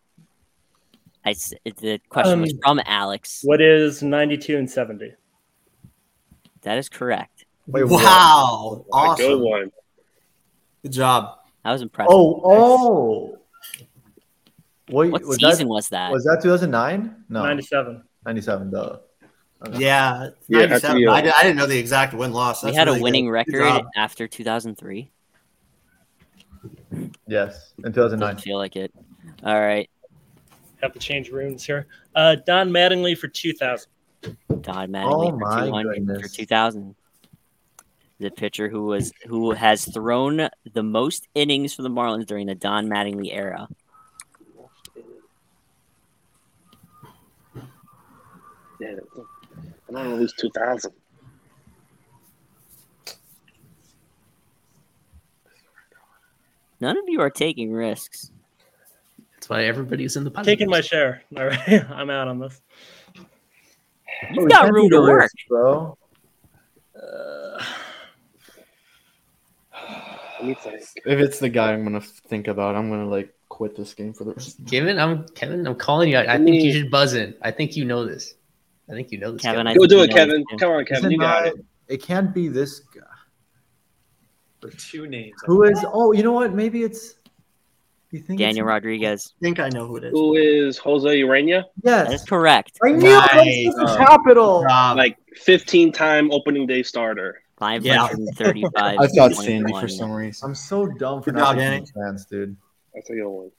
I s- the question was
Um,
from Alex.
What is 92 and 70?
That is correct.
Wait,
Wow,
A good
awesome.
one.
Good job.
I was impressed.
Oh, oh. What,
What
was
season
that,
was that?
Was that 2009? No,
97.
97. Duh.
Yeah, it's
Yeah,
97.
that's the, uh,
I, di- I didn't know the exact win loss.
we
That's
had
really
a
good.
winning
Good
record
job.
after 2003.
Yes, in
Doesn't
2009.
feel like it. All right.
Have to change rooms here. Uh, Don Mattingly for 2000.
Don Mattingly
Oh
for
my
200 for
goodness.
2000. The pitcher who was who has thrown the most innings for the Marlins during the Don Mattingly era.
Yeah, I don't want to lose two thousand.
None of you are taking risks.
That's why everybody's in the podcast.
Taking my share. All right. I'm out on this.
Oh,
You've got room to work.
bro. Uh,
I need to-
If it's the guy I'm gonna think about, I'm gonna like quit this game for the rest. Of
Kevin, I'm Kevin. I'm calling you out. I think you should buzz in. I think you know this. I think you know this,
Kevin,
Kevin.
I
Go do
you
it,
know
Kevin.
you can.
Come on,
Is
Kevin. You got it.
not- It can't be this guy.
For two names.
Who is? Oh, you know what? Maybe it's. You think it's-
Daniel Rodriguez.
I think I know who it is.
Who is Jose Urania?
That is
Yes,
correct.
I knew it
Nice. Oh,
was the capital.
Job.
Like fifteen-time opening day starter.
Yeah.
535.
I thought Sandy for some reason.
I'm so dumb for
Good
not
job,
being fans, dude.
That's a good one.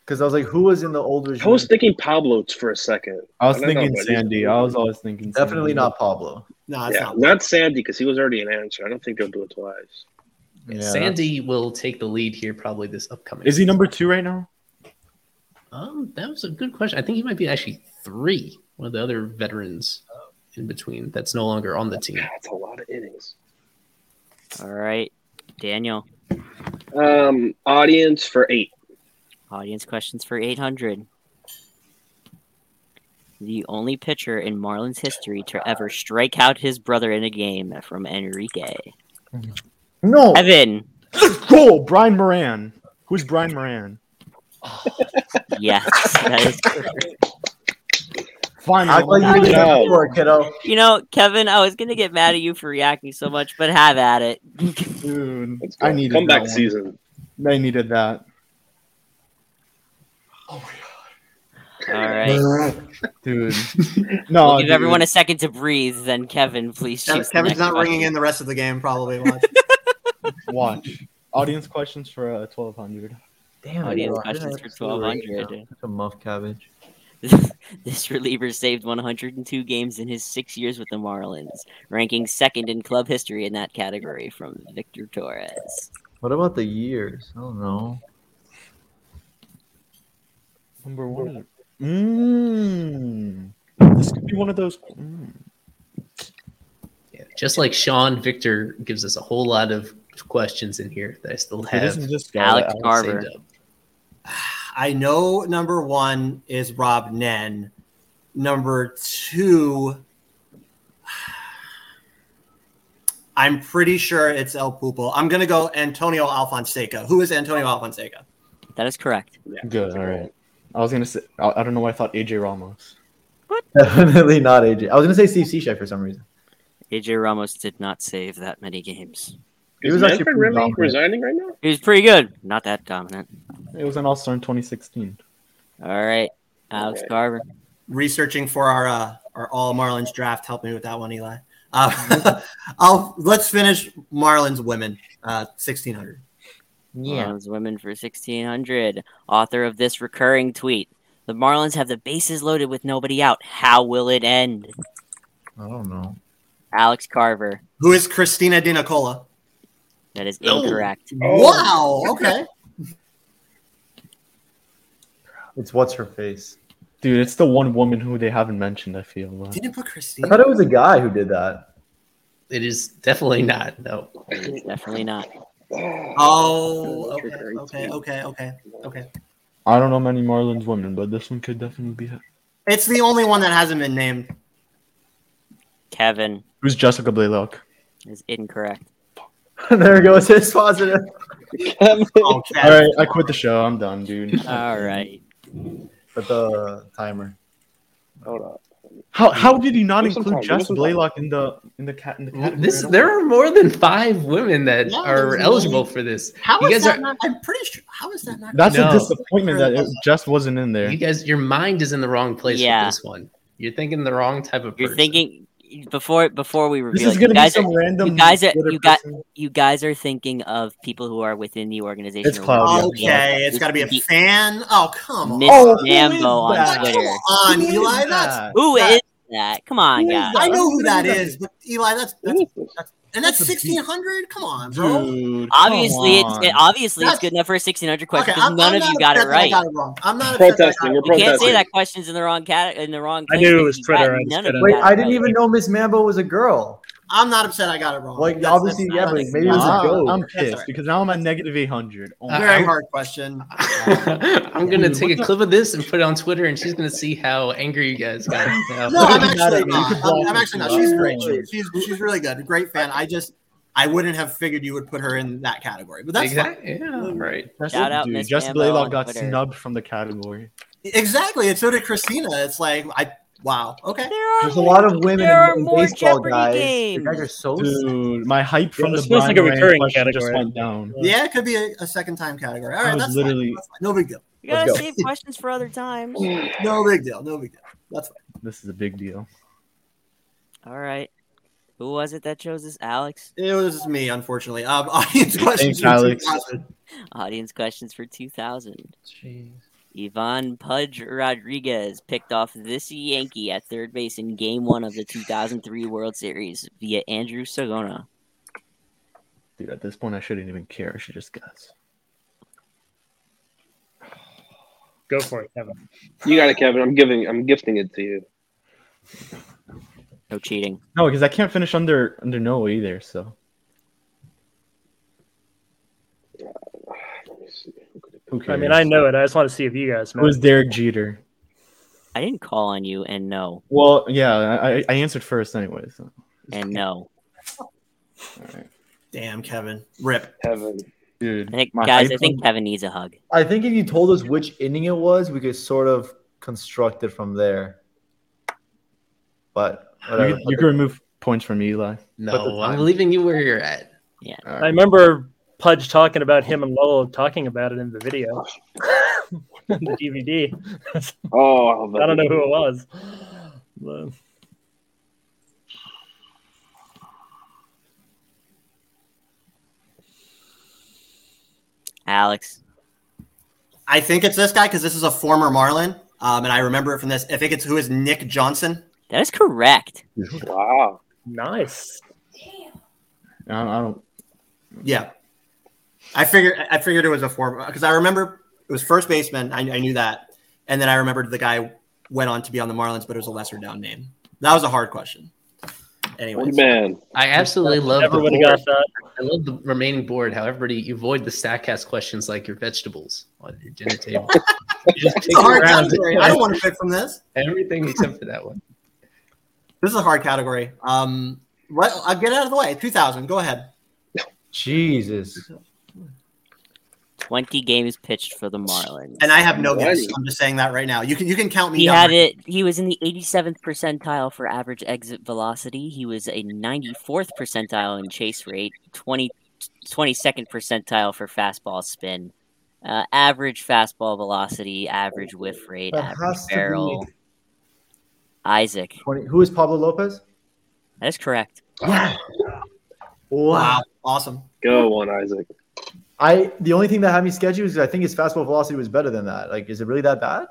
Because I was like, who was in the old
I was
regime?
thinking Pablo for a second.
I was
don't know,
thinking
buddy.
Sandy. I was always thinking
Definitely
Sandy.
not Pablo.
No, it's
Yeah,
not.
not Sandy because he was already an answer. I don't think they'll do it twice.
Yeah.
Sandy will take the lead here probably this upcoming.
Is he number two right now?
Um, that was a good question. I think he might be actually three. One of the other veterans in between that's no longer on the team.
That's a lot of innings.
All right. Daniel.
Um, audience for eight.
Audience questions for 800. The only pitcher in Marlins history to ever strike out his brother in a game from Enrique.
No.
Evan.
Go, Brian Moran. Who's Brian Moran?
Yes, that is correct.
Fine.
I thought you were gonna before, kiddo.
You know, Kevin, I was going to get mad at you for reacting so much, but have at it.
Dude, I needed
Comeback
that one.
season.
They needed that.
All right.
Dude. No,
we'll give
dude.
everyone a second to breathe. Then Kevin, please.
Kev-
choose the
Kevin's
next
not
question.
ringing in the rest of the game, probably. Watch.
watch. Audience questions for uh, 1200.
Damn.
Audience
bro, I didn't
questions for
actually write
1200.
down. Such a muff cabbage.
this reliever saved 102 games in his six years with the Marlins, ranking second in club history in that category from Victor Torres.
What about the years? I don't know.
Number one. Mmm. This could be one of those. Mm.
Just like Sean, Victor gives us a whole lot of questions in here that I still
It
have.
isn't just
Alex Carver.
saved up.
I know number one is Rob Nen. Number two, I'm pretty sure it's El Pupo. I'm going to go Antonio Alfonseca. Who is Antonio Alfonseca?
That is correct.
Good. All right. I was gonna say. I, I don't know why I thought AJ Ramos.
Definitely not AJ. I was gonna say Steve Seashay for some reason.
AJ Ramos did not save that many games.
He
Is
was actually
Manfred
pretty
Remy
dominant.
resigning right now?
He was pretty good, not that dominant.
It was an All Star in 2016.
All right, Alex
Okay.
Carver.
Researching for our uh, our All Marlins draft. Help me with that one, Eli. Uh, I'll, let's finish Marlins women, uh, 1600.
Yeah. Marlins Women for 1600. Author of this recurring tweet. The Marlins have the bases loaded with nobody out. How will it end?
I don't know.
Alex Carver.
Who is Christina Di Nicola?
That is
No.
incorrect.
Wow. Oh, Okay.
It's what's her face.
Dude, it's the one woman who they haven't mentioned. I feel. but-
Didn't put
I
Christina.
thought it was a guy who did that.
It is definitely not. No.
It's definitely not.
Oh, okay, okay, okay, okay, okay.
I don't know many Marlins women, but this one could definitely be it.
It's the only one that hasn't been named.
Kevin
It was Jessica Blaylock.
is incorrect.
there goes his positive.
Oh,
All right, I quit the show. I'm done, dude.
All right.
But the timer.
Hold up.
How how did he not
Give us some
include
time, give us
Jess
some time.
Blaylock in the in the cat in the category?
This there are more than five women that
Yeah,
are
there's
eligible
no-
for this.
How
you guys
is that
are
not? I'm pretty sure. How is that not?
That's
No.
a disappointment that it, Jess wasn't in there.
you guys your mind is in the wrong place
Yeah.
with this one. You're thinking the wrong type of
You're
person.
thinking before before we
This
reveal.
is
it,
gonna
you
be
guys
some
are,
random.
you guys are
Twitter
you got
person.
you guys are thinking of people who are within the organization.
It's
or
Cloud, yeah.
within the
Okay,
organization.
it's got to be a
Miss
fan. Oh, come on.
Oh, who is
Mambo on
that?
Twitter.
on,
Who is
Eli.
that?
That's
Who
that-
is that? Come on,
Who is
guys.
I know who
Who
that
is
is, but Eli, that's, that's
Who is this?
and that's
That's a beast.
1600. Come on, bro.
Dude, come
Obviously, it's it,
on.
obviously
That's-
it's good enough for a 1600 question
Okay,
because
I'm-
none
I'm
of you
not
got it
upset that I
right.
got it wrong. I'm not upset that I got
Protesting.
it
We're
wrong.
You can't say
protesting.
that question's in the wrong cat in the wrong.
I
place
knew it
because
was
you
Twitter,
got
I just
none of
couldn't-
you
Wait,
got it
I didn't
right.
even know Miss Mambo was a girl.
I'm not upset I got it wrong.
Like
That's-
obviously,
that's
yeah,
not-
but
that's
maybe it
not-
was a
Ah,
goat.
I'm
That's all
pissed
right.
because now I'm at negative 800. Oh, my-
Very hard question.
I'm gonna take a clip of this and put it on Twitter, and she's gonna see how angry you guys got.
No, I'm
Doesn't matter.
actually
You
not.
can
I'm,
block
I'm
her.
actually not. She's great.
Oh.
She's, she's she's really good. Great fan. I just I wouldn't have figured you would put her in that category, but that's fine.
exactly. Yeah, right.
That's
Shout
it,
out
dude.
Miss
Jess
Mambo
Blaylock
on
got
Twitter.
snubbed from the category.
exactly. And so did Christina. It's like I wow. Okay.
There are
There's a
more-
lot of women
There are
in, in
more
baseball,
Jeopardy
guys. You
games.
guys are so.
Dude, my hype from
this
the
feels
Brian
like a
Moran
recurring
question just
category.
went down.
Yeah, it could be a, a second time category. All
I
right,
was
that's
literally-
fine. That's fine. No big deal.
You gotta
Let's go.
save questions for other times.
No big deal. No big deal. That's fine.
This is a big deal.
All right. Who was it that chose this? Alex.
It was me, unfortunately. Um, audience questions.
Alex.
Audience questions for 2000. Yvonne Pudge Rodriguez picked off this Yankee at third base in game one of the 2003 World Series via Andrew Sagona.
Dude, at this point, I shouldn't even care. I should just guess.
Go for it, Kevin.
You got it, Kevin. I'm giving. I'm gifting it to you.
No cheating.
No, because I can't finish under under no either. So
Let me see. Who could it
Who
I
cares?
mean, I know it. I just want to see if you guys
It
know.
was Derek Jeter.
I didn't call on you, and no,
Well, yeah, I, I- I answered first anyway. So.
and no.
Damn, Kevin. Rip.
Kevin.
Dude,
I think,
my
guys, I
iPhone-
think Kevin needs a hug.
I think if you told us which inning it was, we could sort of construct it from there. But whatever.
You, you can remove points from Eli.
No, I'm leaving you where you're at.
Yeah.
I remember Pudge talking about him and Lowell talking about it in the video, In the DVD.
Oh,
I don't know who it was. But-
Alex.
I think it's this guy because this is a former Marlin, um, and I remember it from this. I think it's who is Nick Johnson.
That is correct.
Wow.
Nice.
I don't, I don't.
Yeah, I figured. I figured it was a former because I remember it was first baseman. I, I knew that, and then I remembered the guy went on to be on the Marlins, but it was a lesser down name. That was a hard question. Anyway,
man.
I absolutely love
Never
the
would've
board.
got that.
I love the remaining board. How everybody you avoid the Statcast questions like your vegetables on your dinner table. You just
It's a hard category. I don't want
to.
to pick from this.
Everything except for that one.
This is a hard category. Um, let, I'll get it out of the way. Two thousand. Go ahead.
Jesus.
20 games pitched for the Marlins.
And I have no guess. I'm just saying that right now. You can you can count me.
He
out.
had it. He was in the 87th percentile for average exit velocity. He was a 94th percentile in chase rate, 20, 22nd percentile for fastball spin, uh, average fastball velocity, average whiff rate,
That
average
has to be-
barrel. Isaac,
20, who is Pablo Lopez?
that is correct.
Wow. Awesome.
Go one, Isaac.
I the only thing that had me sketchy was I think his fastball velocity was better than that. Like, is it really that bad?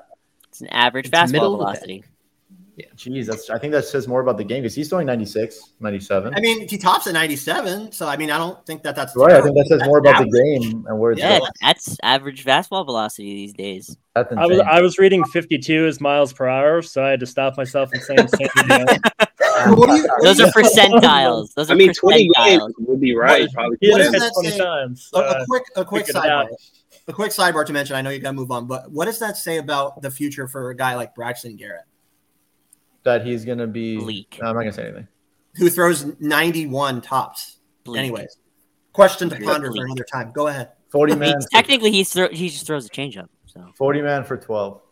It's an average
It's middle
fastball
of the
velocity.
Jeez, that's I think that says more about the game because he's throwing 96, 97.
I mean, he tops at 97, so I mean, I don't think that that's
right. I think that says
that's
more about the
average.
game and where it's
Yeah,
going.
that's average fastball velocity these days.
That's
I was I was reading 52 as miles per hour, so I had to stop myself and say San Diego.
Those are percentiles. Those are
I mean, 20 games
percentiles.
would be right. Probably.
What does
Yeah.
that say? a,
uh,
a quick, a quick
figured it out.
sidebar. A quick sidebar to mention. I know you got to move on, but what does that say about the future for a guy like Braxton Garrett,
That he's gonna be.
Bleak.
No, I'm not gonna say anything.
who throws 91 tops?
Bleak.
Anyways, question to
Bleak.
ponder
Bleak.
for another time. Go ahead.
40
I mean,
man, for,
technically, he's thro- he just throws a changeup. So
40 man for 12.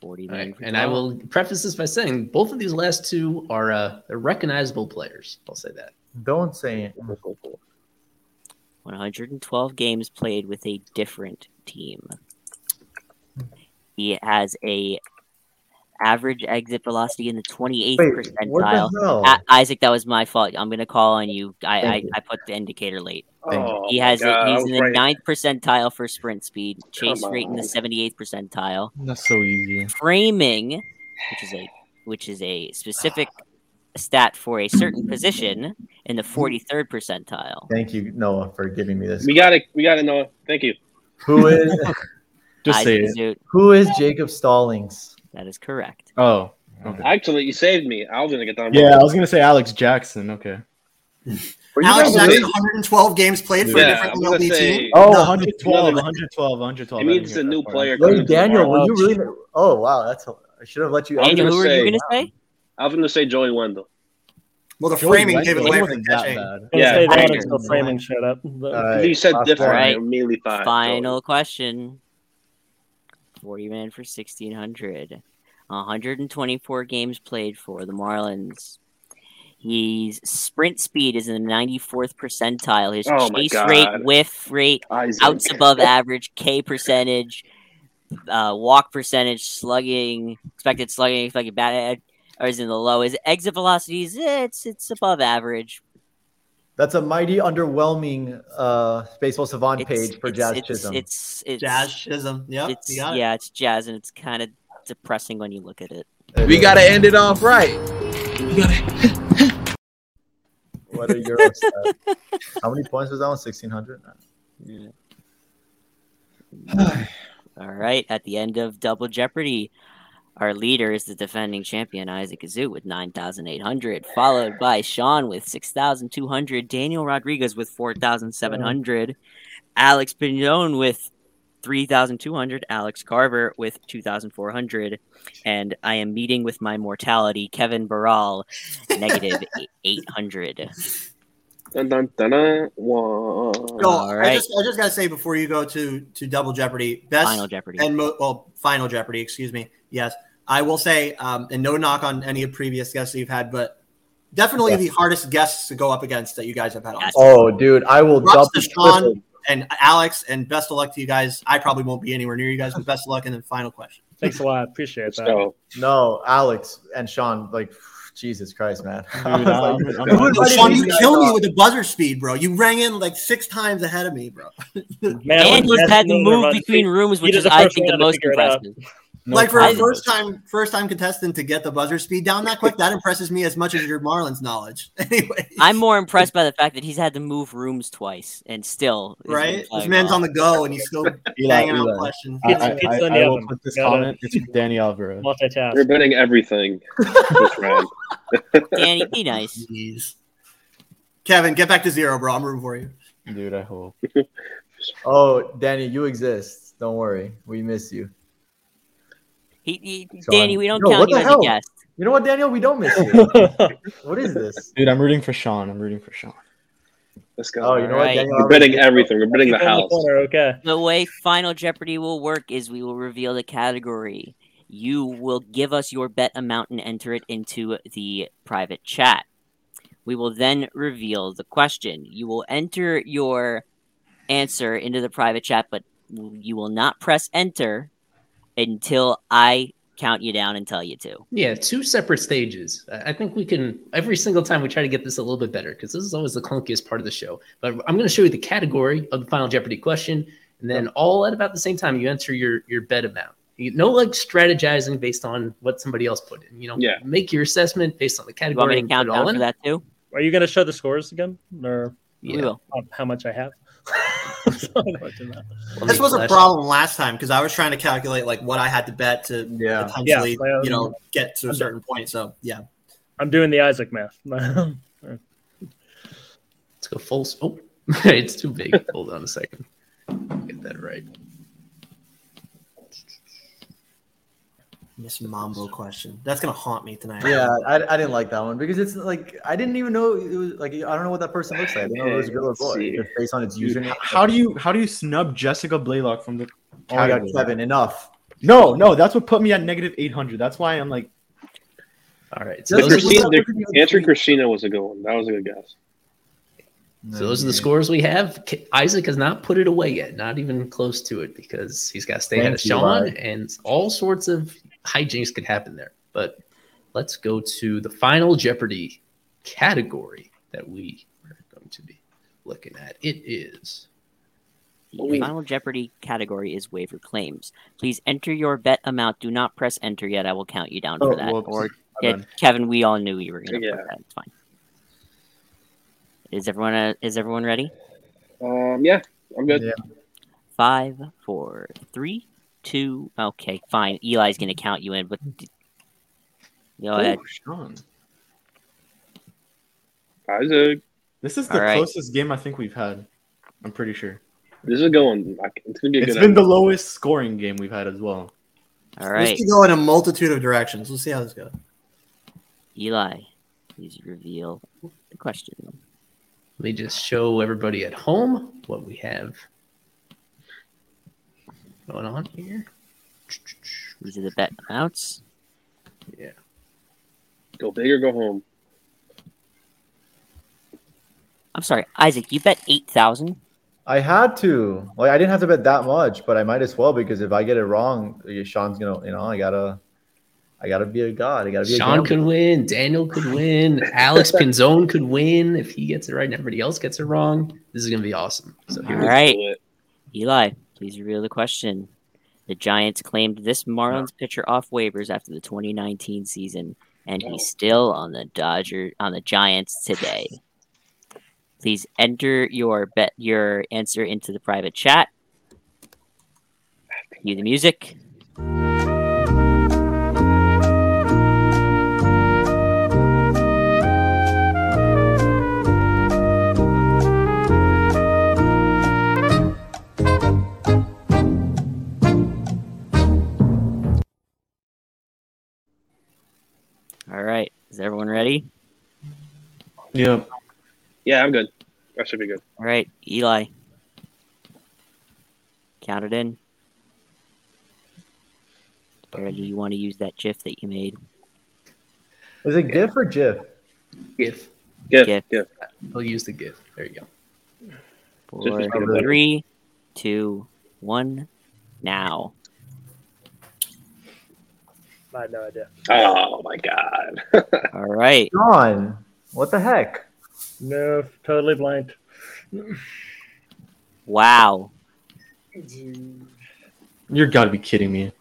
40
All
man.
right, And I will preface this by saying both of these last two are uh, they're recognizable players. I'll say that.
Don't say it.
112 games played with a different team. He has a average exit velocity in the 28th
Wait, what the
percentile.
hell?
A- Isaac, that was my fault. I'm going to call on you. I, I,
Thank you.
I put the indicator late.
Thank you.
he has
Oh God,
a,
I
he's
was
in the
right.
ninth percentile for sprint speed, chase
Come
rate in the
on.
78th percentile,
That's so easy.
framing, which is a which is a specific stat for a certain position in the 43rd percentile.
Thank you, Noah, for giving me this.
We got it. We got it, Noah. Thank you.
Who is
Just say
Isaac
it.
Zoot,
who is Jacob Stallings?
that is correct.
Oh, okay.
Actually, you saved me. I was gonna get that.
Yeah, I was gonna say Alex Jackson. Okay.
Were you
Alex
guys amazed?
Jackson, 112 games played for
Yeah,
a different
I was gonna
MLB
say-
team.
Oh,
No.
112, 112, 112.
It means it's a new player.
Wait,
coming to the
Daniel, were
Marlins.
you really? Oh wow, that's I should have let you.
I was
Daniel,
gonna
who are
say-
you going to say?
I was gonna say Joey Wendell.
Well, the
Joey
framing gave it
Wendell
away for the
wasn't that
catching.
bad.
I was
Yeah,
gonna say that
Brandon.
until framing showed up. but-
All right,
you said
last
different.
one.
I
Right.
immediately thought.
Final question. 40 man for 1600. 124 games played for the Marlins. His sprint speed is in the 94th percentile. His
Oh my
chase
God.
rate, whiff rate,
Joey. Isaac.
outs above average, K percentage, uh, walk percentage, slugging, expected slugging, expected bat or is in the low. His exit velocities, eh, it's it's above average.
That's a mighty underwhelming uh, baseball savant
It's,
page for
it's,
Jazz
it's,
Chisholm.
It's it's,
Jazz Chisholm. Yep.
it's
you got it.
yeah, it's jazz, and it's kind of depressing when you look at it.
It
We
is.
gotta end it off right.
What a Euro stat. How many points was that one? Sixteen hundred.
All right, at the end of Double Jeopardy, our leader is the defending champion Isaac Azu with nine thousand eight hundred, followed by Sean with six thousand two hundred, Daniel Rodriguez with four thousand seven hundred, Alex Pignon with 3,200. Alex Carver with 2,400. And I am meeting with my mortality, Kevin Barral, negative 800.
Dun, dun, dun, dun. Whoa.
No,
All right.
I just I just gotta say before you go to to Double Jeopardy, best
Final Jeopardy.
and mo- well, Final Jeopardy, excuse me. Yes, I will say, um, and no knock on any previous guests that you've had, but definitely the hardest guests to go up against that you guys have had on.
Oh, dude, I will
Props
double
to
triple.
Sean and Alex, and best of luck to you guys. I probably won't be anywhere near you guys, but best of luck. And then final question.
Thanks a lot. Appreciate that.
No, Alex and Sean, like Jesus Christ, man. I was
I'm-
like-
I'm- I'm-
Why did
Sean,
these
you
guys
killed me
all-
with the buzzer speed, bro. You rang in like six times ahead of me, bro.
Man, And he's had to move between rooms, which is, I think, the most impressive.
like for a
problem.
first time first time contestant to get the buzzer speed down that quick, that impresses me as much as your Marlins knowledge.
I'm more impressed by the fact that he's had to move rooms twice and still. is
Right?
playing
This man's
well.
on the go and he's still
Eli,
banging
Eli.
out questions.
I, I, I, I will put this comment. It's from Danny Alvarez.
Multitask.
You're betting everything this round.
Danny, be nice.
Kevin, get back to zero, bro. I'm rooting for you.
Dude, I hope. oh, Danny, you exist. Don't worry. We miss you.
He, he,
Sean.
Danny, we don't
Yo,
count
what
you
the
as
hell?
a guest.
You know what, Daniel? We don't miss you. what is this?
Dude, I'm rooting for Sean. I'm rooting for Sean.
Let's go.
Oh, you know what,
Right.
Daniel?
We're betting everything. We're betting the house.
Oh, okay.
The way Final Jeopardy will work is we will reveal the category. You will give us your bet amount and enter it into the private chat. We will then reveal the question. You will enter your answer into the private chat, but you will not press enter until I count you down and tell you to.
Yeah, two separate stages. I I think we can every single time we try to get this a little bit better because this is always the clunkiest part of the show. But I'm going to show you the category of the Final Jeopardy question, and then all at about the same time you enter your your bet amount. You, no like strategizing based on what somebody else put in. You know,
Yeah.
make your assessment based on the
You want
category.
me to
and
count
put it all
down
in.
for that too?
Are you going to show the scores again? Or
We will.
on how much I have?
This was a problem last time because I was trying to calculate like what I had to bet to
Yeah.
potentially,
Yeah, um,
you know, get to a certain point. So yeah.
I'm doing the Isaac math.
Let's go full. s- Oh, it's too big. Hold on a second. Get that right.
Miss Mambo question. That's gonna haunt me tonight.
Yeah, I, I didn't like that one because it's like I didn't even know it was like I don't know what that person looks like. I didn't know if it was a girl or a boy just based on its
Dude,
username.
how do you how do you snub Jessica Blaylock from the?
Oh my god,
category?
Kevin, enough.
No, no, that's what put me at negative 800. That's why I'm like,
all right.
The Christina, the answer Christina was a good one. That was a good guess.
So those are the scores we have. K- Isaac has not put it away yet, not even close to it, because he's got to stay ahead of
Thank you,
Sean,
Mike.
and all sorts of hijinks could happen there. But let's go to the final Jeopardy category that we are going to be looking at. It is
The Final Jeopardy category is waiver claims. Please enter your bet amount. Do not press enter yet. I will count you down
Oh,
for that.
whoops.
Or
My
yeah,
bad.
Kevin, we all knew you were going to
Yeah.
put that. It's fine. Is everyone uh, is everyone ready?
Um, yeah, I'm good.
Five, four, three, two. Okay, fine. Eli's going to count you in, but go ahead.
oh, Sean.
Isaac,
This is the
All right.
closest game I think we've had. I'm pretty sure.
this is going. It's gonna be a
It's
good.
been the lowest scoring game we've had as well.
All
This
right,
could go in a multitude of directions. Let's see how this goes.
Eli, please reveal the question.
Let me just show everybody at home what we have going on here.
These are the bet amounts.
Yeah.
go big or go home.
I'm sorry, Isaac. You bet eight thousand.
I had to. Like I didn't have to bet that much, but I might as well because if I get it wrong, Sean's gonna you know, I gotta I gotta be a god. I gotta be a
Sean
gambler.
could win. Daniel could win. Alex Pinzone could win if he gets it right and everybody else gets it wrong. This is going to be awesome. So
All
here we go.
right. Eli, please reveal the question. The Giants claimed this Marlins pitcher off waivers after the 2019 season, and he's still on the Dodger on the Giants today. Please enter your bet your answer into the private chat. Cue the music.
Yeah.
Yeah, I'm good. That should be good.
All right, Eli. Count it in. Or do you want to use that GIF that you made?
Is it GIF or GIF?
GIF.
GIF. GIF.
I'll use the GIF. There you go.
Four, three, two, one, now.
I had no idea.
Oh my god.
All right.
John, what the heck?
No, totally blind.
Wow.
You're gotta be kidding me.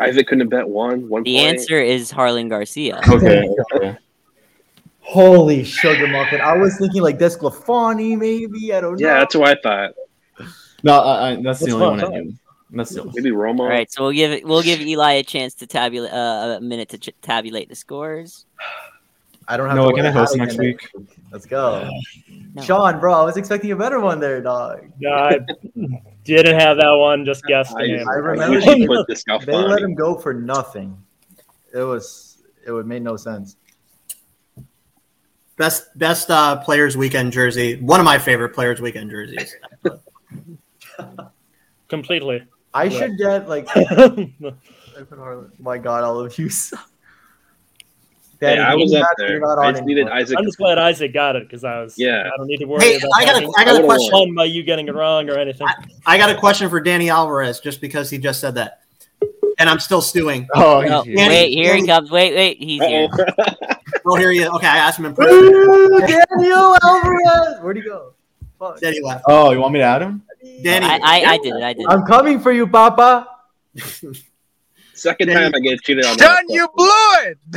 Isaac couldn't have bet one. One.
The answer is Harlan Garcia.
Okay.
Holy sugar muffin! I was thinking like Desclafani, maybe. I don't know.
Yeah, that's what I thought.
No, I, I, that's the
That's
only
what
one
I
I knew. That's the only
Maybe Romo.
All right, so we'll give it, we'll give Eli a chance to tabulate uh, a minute to ch- tabulate the scores.
I don't have.
No,
to
can I
worry
host
about it
next
again.
week?
Let's go, Sean, bro. I was expecting a better one there, dog.
No, I didn't have that one. Just guessed.
I,
the name.
I remember they, they let him go for nothing. It was it would made no sense.
Best best uh, players weekend jersey. One of my favorite players weekend jerseys.
completely.
I
Yeah.
should get like. I put Harlan- My God, all of you. suck.
Hey, I was
you're
up
not-
there.
you're not
I
on
just
anymore.
needed Isaac.
I'm just glad Isaac got it because I was.
Yeah.
I don't need to worry
Hey,
about.
I got a-
having
I got a question.
fun by you getting it wrong or anything.
I got a question for Danny Alvarez just because he just said that, and I'm still stewing.
Oh,
No,
Danny-
wait, here he
Danny-
comes. Wait, wait, he's here.
Oh, here he is. Okay, I asked him in
Ooh,
person.
Daniel Alvarez, where'd he go? Fuck.
Danny left.
Oh, you want me to add him?
Danny,
I, I, I did it. I did it.
I'm coming for you, Papa.
Second time I get cheated on.
John, you blew it.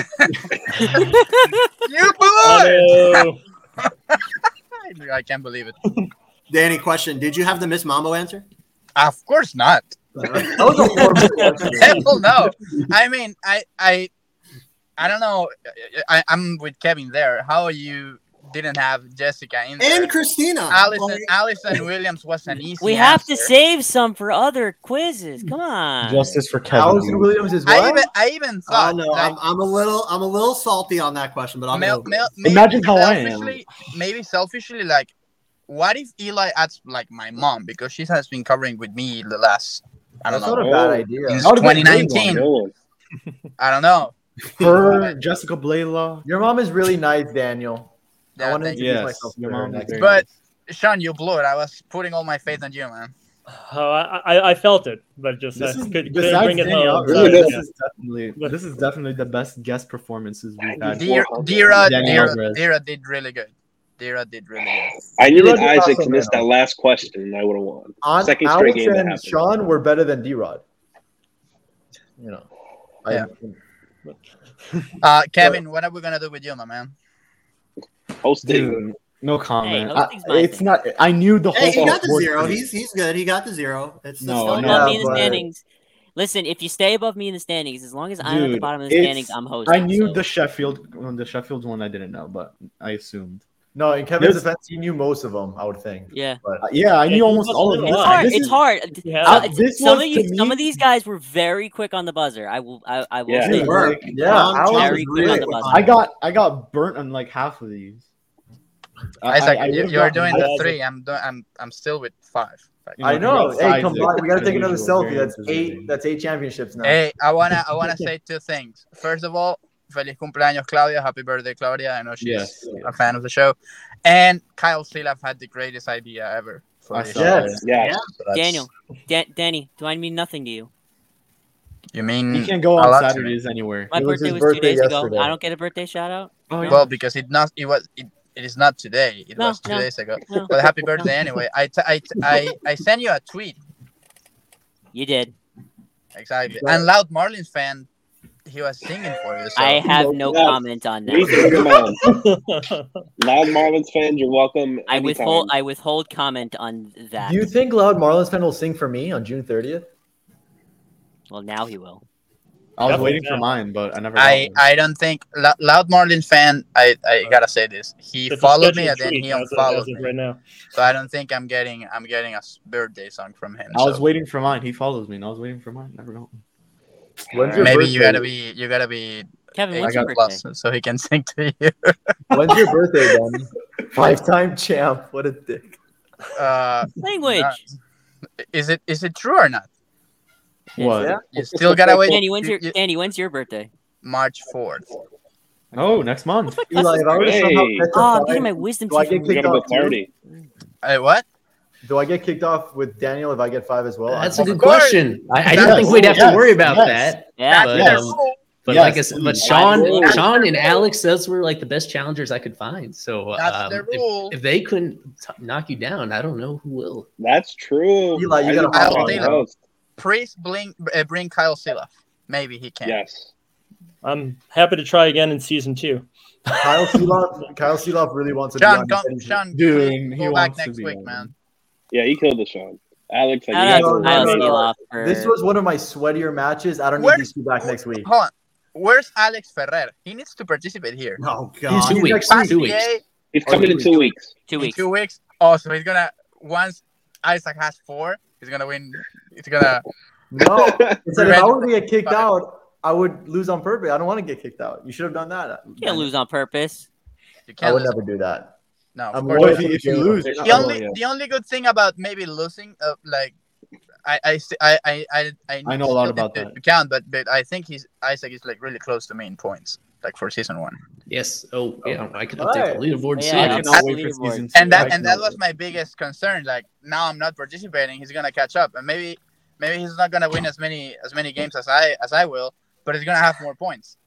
you blew it.
Oh,
I can't believe it.
Danny, question: Did you have the Miss Mambo answer?
Of course not.
That was a horrible question.
Hell no. I mean, I, I, I don't know. I, I'm with Kevin there. How you didn't have Jessica in there?
And Christina. Oh,
Allison, Allison Williams was an easy.
We have to
answer.
save some for other quizzes. Come on.
Justice for
Allison
Kevin.
Williams is
I
what?
even, I even
I
thought.
know.
like,
I'm, I'm a little, I'm a little salty on that question, but I'm
Mel,
gonna-
Mel,
Imagine how I am.
selfishly- Maybe selfishly, like, what if Eli adds like my mom because she has been covering with me the last I don't
That's not a
know
bad
Oh.
idea.
since
How did that go?
2019.
Dylan.
I don't know.
Her, Jessica Blaylaw.
Your mom is really nice, Daniel. I
Yeah,
want to
thank
introduce
Yes,
myself to
your
her
mom is
next.
very-
But Sean, you blew it. I was putting all my faith on you, man.
Oh, I, I, I felt it, but just I
This is,
could,
besides
couldn't bring it
Danny
home.
Alvarez,
Sorry,
this,
yeah.
is definitely, this is definitely the best guest performances we've had.
Dira,
Warhol.
uh,
Dira,
Danny
Dira,
Alvarez.
Dira did really good. Dira did really good.
I needed
Rodgers
Isaac
also
to miss
ran
that last question, and I would have won.
On,
Second straight
Alex
game that
and
happened.
Sean were better than D Rod. You know. I-
Yeah. Uh, Kevin, what are we gonna do with you, my man?
Hosting.
Dude, no comment. I-
hosting's my
it's
thing.
not. I knew the whole.
Hey, he got the
board-
zero. He's he's good. He got the zero. It's
No,
it's
I
Don't
know,
above
Yeah,
me in the
but-
standings. Listen, if you stay above me in the standings, as long as I'm at the
Dude,
bottom of the
it's-
standings, I'm hosting.
I knew
so-
the Sheffield, one- the Sheffield one. I didn't know, but I assumed.
No, in Kevin's
There's-
defense, he knew most of them, I would think.
Yeah,
But
Uh, yeah, I
Yeah,
knew
you
almost
must
all of
know
them.
it's
why.
hard.
This
It's
is-
hard.
Yeah.
Uh,
Uh, this
some
was
of you,
to
some of
me-
these guys were very quick on the buzzer. I will, I, I will
Yeah.
say,
Dude,
that.
Work.
yeah,
Tom
I was
Chandler
very
really
quick on the
quick
buzzer.
on it.
I got I got burnt on like half of these. Uh,
Isaac, you,
would've
you're
gotten
doing
all
the
of
three. I'm doing. I'm I'm still with five. Like,
You
I know.
congrats,
Hey, come
Isaac.
on, we gotta
As
take another
usual,
selfie.
very
That's
deserving.
eight. That's eight championships now.
Hey, I wanna I wanna say two things. First of all, feliz cumpleaños, Claudia. Happy birthday, Claudia. I know she's
Yes,
a fan of the show. And Kyle Silaf had the greatest idea ever.
I
this
saw
show.
Yes.
Yeah.
So that's-
Daniel, Dan- Danny, do I mean nothing to you?
You mean
You can't go
a lot
on
to me.
Saturdays anywhere.
My
It was
birthday
his
was two
birthday
days
yesterday.
ago. I don't get a birthday shout out.
Oh, yeah.
Well, because it not it was it, it is not today. It
No,
was two
no,
days ago.
no,
But happy
no.
birthday anyway. I t- I, t- I I sent you a tweet
You did.
exactly. And loud Marlins fan, he was singing for you. So.
I have no
Yeah.
comment on
Me
that.
too, come on. Loud Marlins fans, you're welcome.
I
anytime.
withhold. I withhold comment on that.
Do you think Loud Marlins fan will sing for me on June 30th?
Well, now he will.
I was
Definitely
waiting for
not.
mine, but I never. got
I,
one.
I don't think Lou- Loud Marlin fan. I, I gotta say this. He
It's a
followed me
special
and then
treat
he
as of-
unfollowed
as of
me.
Right now,
So I don't think I'm getting I'm getting a s- birthday song from him.
I was
so
waiting for mine. He follows me, and I was waiting for mine. Never got one.
When's your
maybe
birthday?
you gotta be you gotta be
Kevin,
I
when's your
got
birthday?
lost, so he can sing to you.
When's your birthday, Benny? Five-time champ. What a dick.
Uh,
Language.
is it is it true or not?
What?
Yeah. You still gotta wait.
Danny, when's
You-
your Danny? When's your birthday?
March fourth.
Oh, next month.
Eli, if I was somehow
Hey.
petrified,
Ah, I'm getting my wisdom
do I
teeth
get
removed.
kicked
Go to
off
the party.
too?
what?
Do I get kicked off with Daniel if I get five as well?
That's a good question. I, I don't think we'd have to worry about that. but, um, but
Yes,
like I said, but
please.
Sean,
That's
Sean,
their
and
rule.
Alex, those were like the best challengers I could find. So
That's
um,
their rule.
if, if they couldn't t- knock you down, I don't know who will.
That's true.
Eli,
you gotta
Kyle Taylor. Please bring uh, bring Kyle Silla. Maybe he can.
Yes.
I'm happy to try again in season two.
Kyle Seeloff, Kyle Seeloff really wants to
Sean,
be on.
come, Sean,
Dude,
go back next week, man.
Yeah, he killed the Sean. Alex, like,
Shout
you
out to
guys
Kyle
were-
Seeloff for-
This was one of my sweatier matches. I don't need these two back next week.
Hold on. Where's Alex Ferrer? He needs to participate here.
Oh
He's-
god,
he's like
Two
58.
weeks.
He's coming in two weeks.
Two
In two weeks. Oh, so he's gonna once Isaac has four, he's gonna win. He's gonna.
No, instead if I were to get kicked out, I would lose on purpose. I don't want to get kicked out. You should have done that.
You can't lose on purpose.
You
I
can't
would
lose.
never do that.
No, of
I'm
course
loyal
not.
to
If you
Jalen.
lose, The only the only good thing about maybe losing, uh, like, I I st- I I I,
I know a lot
still need
about
to,
that.
to count, but but I think he's Isaac is like really close to me in points, like for season one.
Yes. Oh, yeah. I can
All
update
right.
the leaderboard
Yeah,
soon.
I cannot wait for season two.
and that
Right
and that was my biggest concern. Like now I'm not participating. He's gonna catch up, and maybe maybe he's not gonna win as many as many games as I as I will, but he's gonna have more points.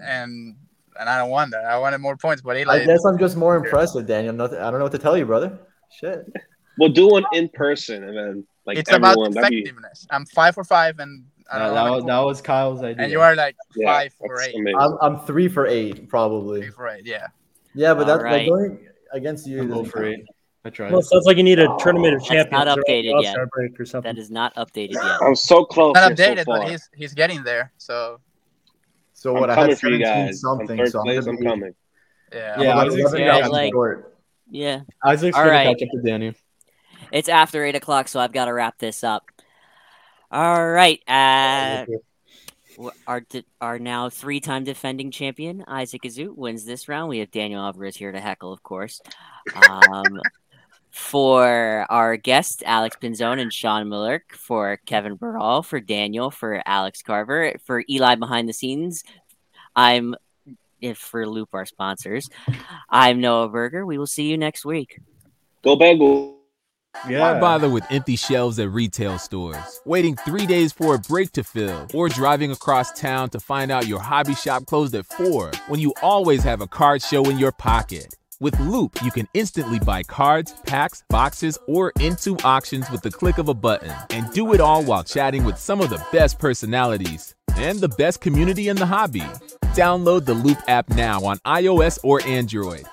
And and I don't want that. I wanted more points, but Eli.
I guess I'm just more impressed with Daniel. Nothing, I don't know what to tell you, brother. Shit.
We'll do one in person, and then like
it's about
everyone. that'd be-
effectiveness. I'm five for five, and I
that,
don't
that
know.
was, that was Kyle's idea.
and you are like
Yeah,
five for
that's
eight.
amazing.
I'm, I'm three for eight, probably.
For eight, yeah.
Yeah, but that's
All
like
right.
going against you. doesn't count.
I tried.
Well, it sounds like you need a tournament of
That's
champions.
not
or
updated
All-Star
yet.
Break or something.
That is not updated yet.
I'm so close.
Not
here Oh, so
updated,
far.
but he's he's getting there. So
So
I'm
what? I
coming
had
for you
17
guys. I'm
something.
third
so I'm
place.
gonna
I'm
be-
coming.
yeah.
Yeah,
I'm
I was
eleven
gonna say,
down
like-
short.
Yeah.
Isaac's
All
gonna
right.
catch up with Danny.
It's after eight o'clock, so I've got to wrap this up. All right. Uh, w- our d- our now three time defending champion Isaac Azoot wins this round. We have Daniel Alvarez here to heckle, of course. Um, for our guests, Alex Pinzone and Sean Malurk. For Kevin Burrell. For Daniel. For Alex Carver. For Eli behind the scenes. I'm if for Loop our sponsors. I'm Noah Berger. We will see you next week.
Go Bengals.
Why bother with empty shelves at retail stores? Waiting three days for a break to fill, or driving across town to find out your hobby shop closed at 4 when you always have a card show in your pocket? With Loop, you can instantly buy cards, packs, boxes, or into auctions with the click of a button, and do it all while chatting with some of the best personalities and the best community in the hobby. Download the Loop app now on iOS or Android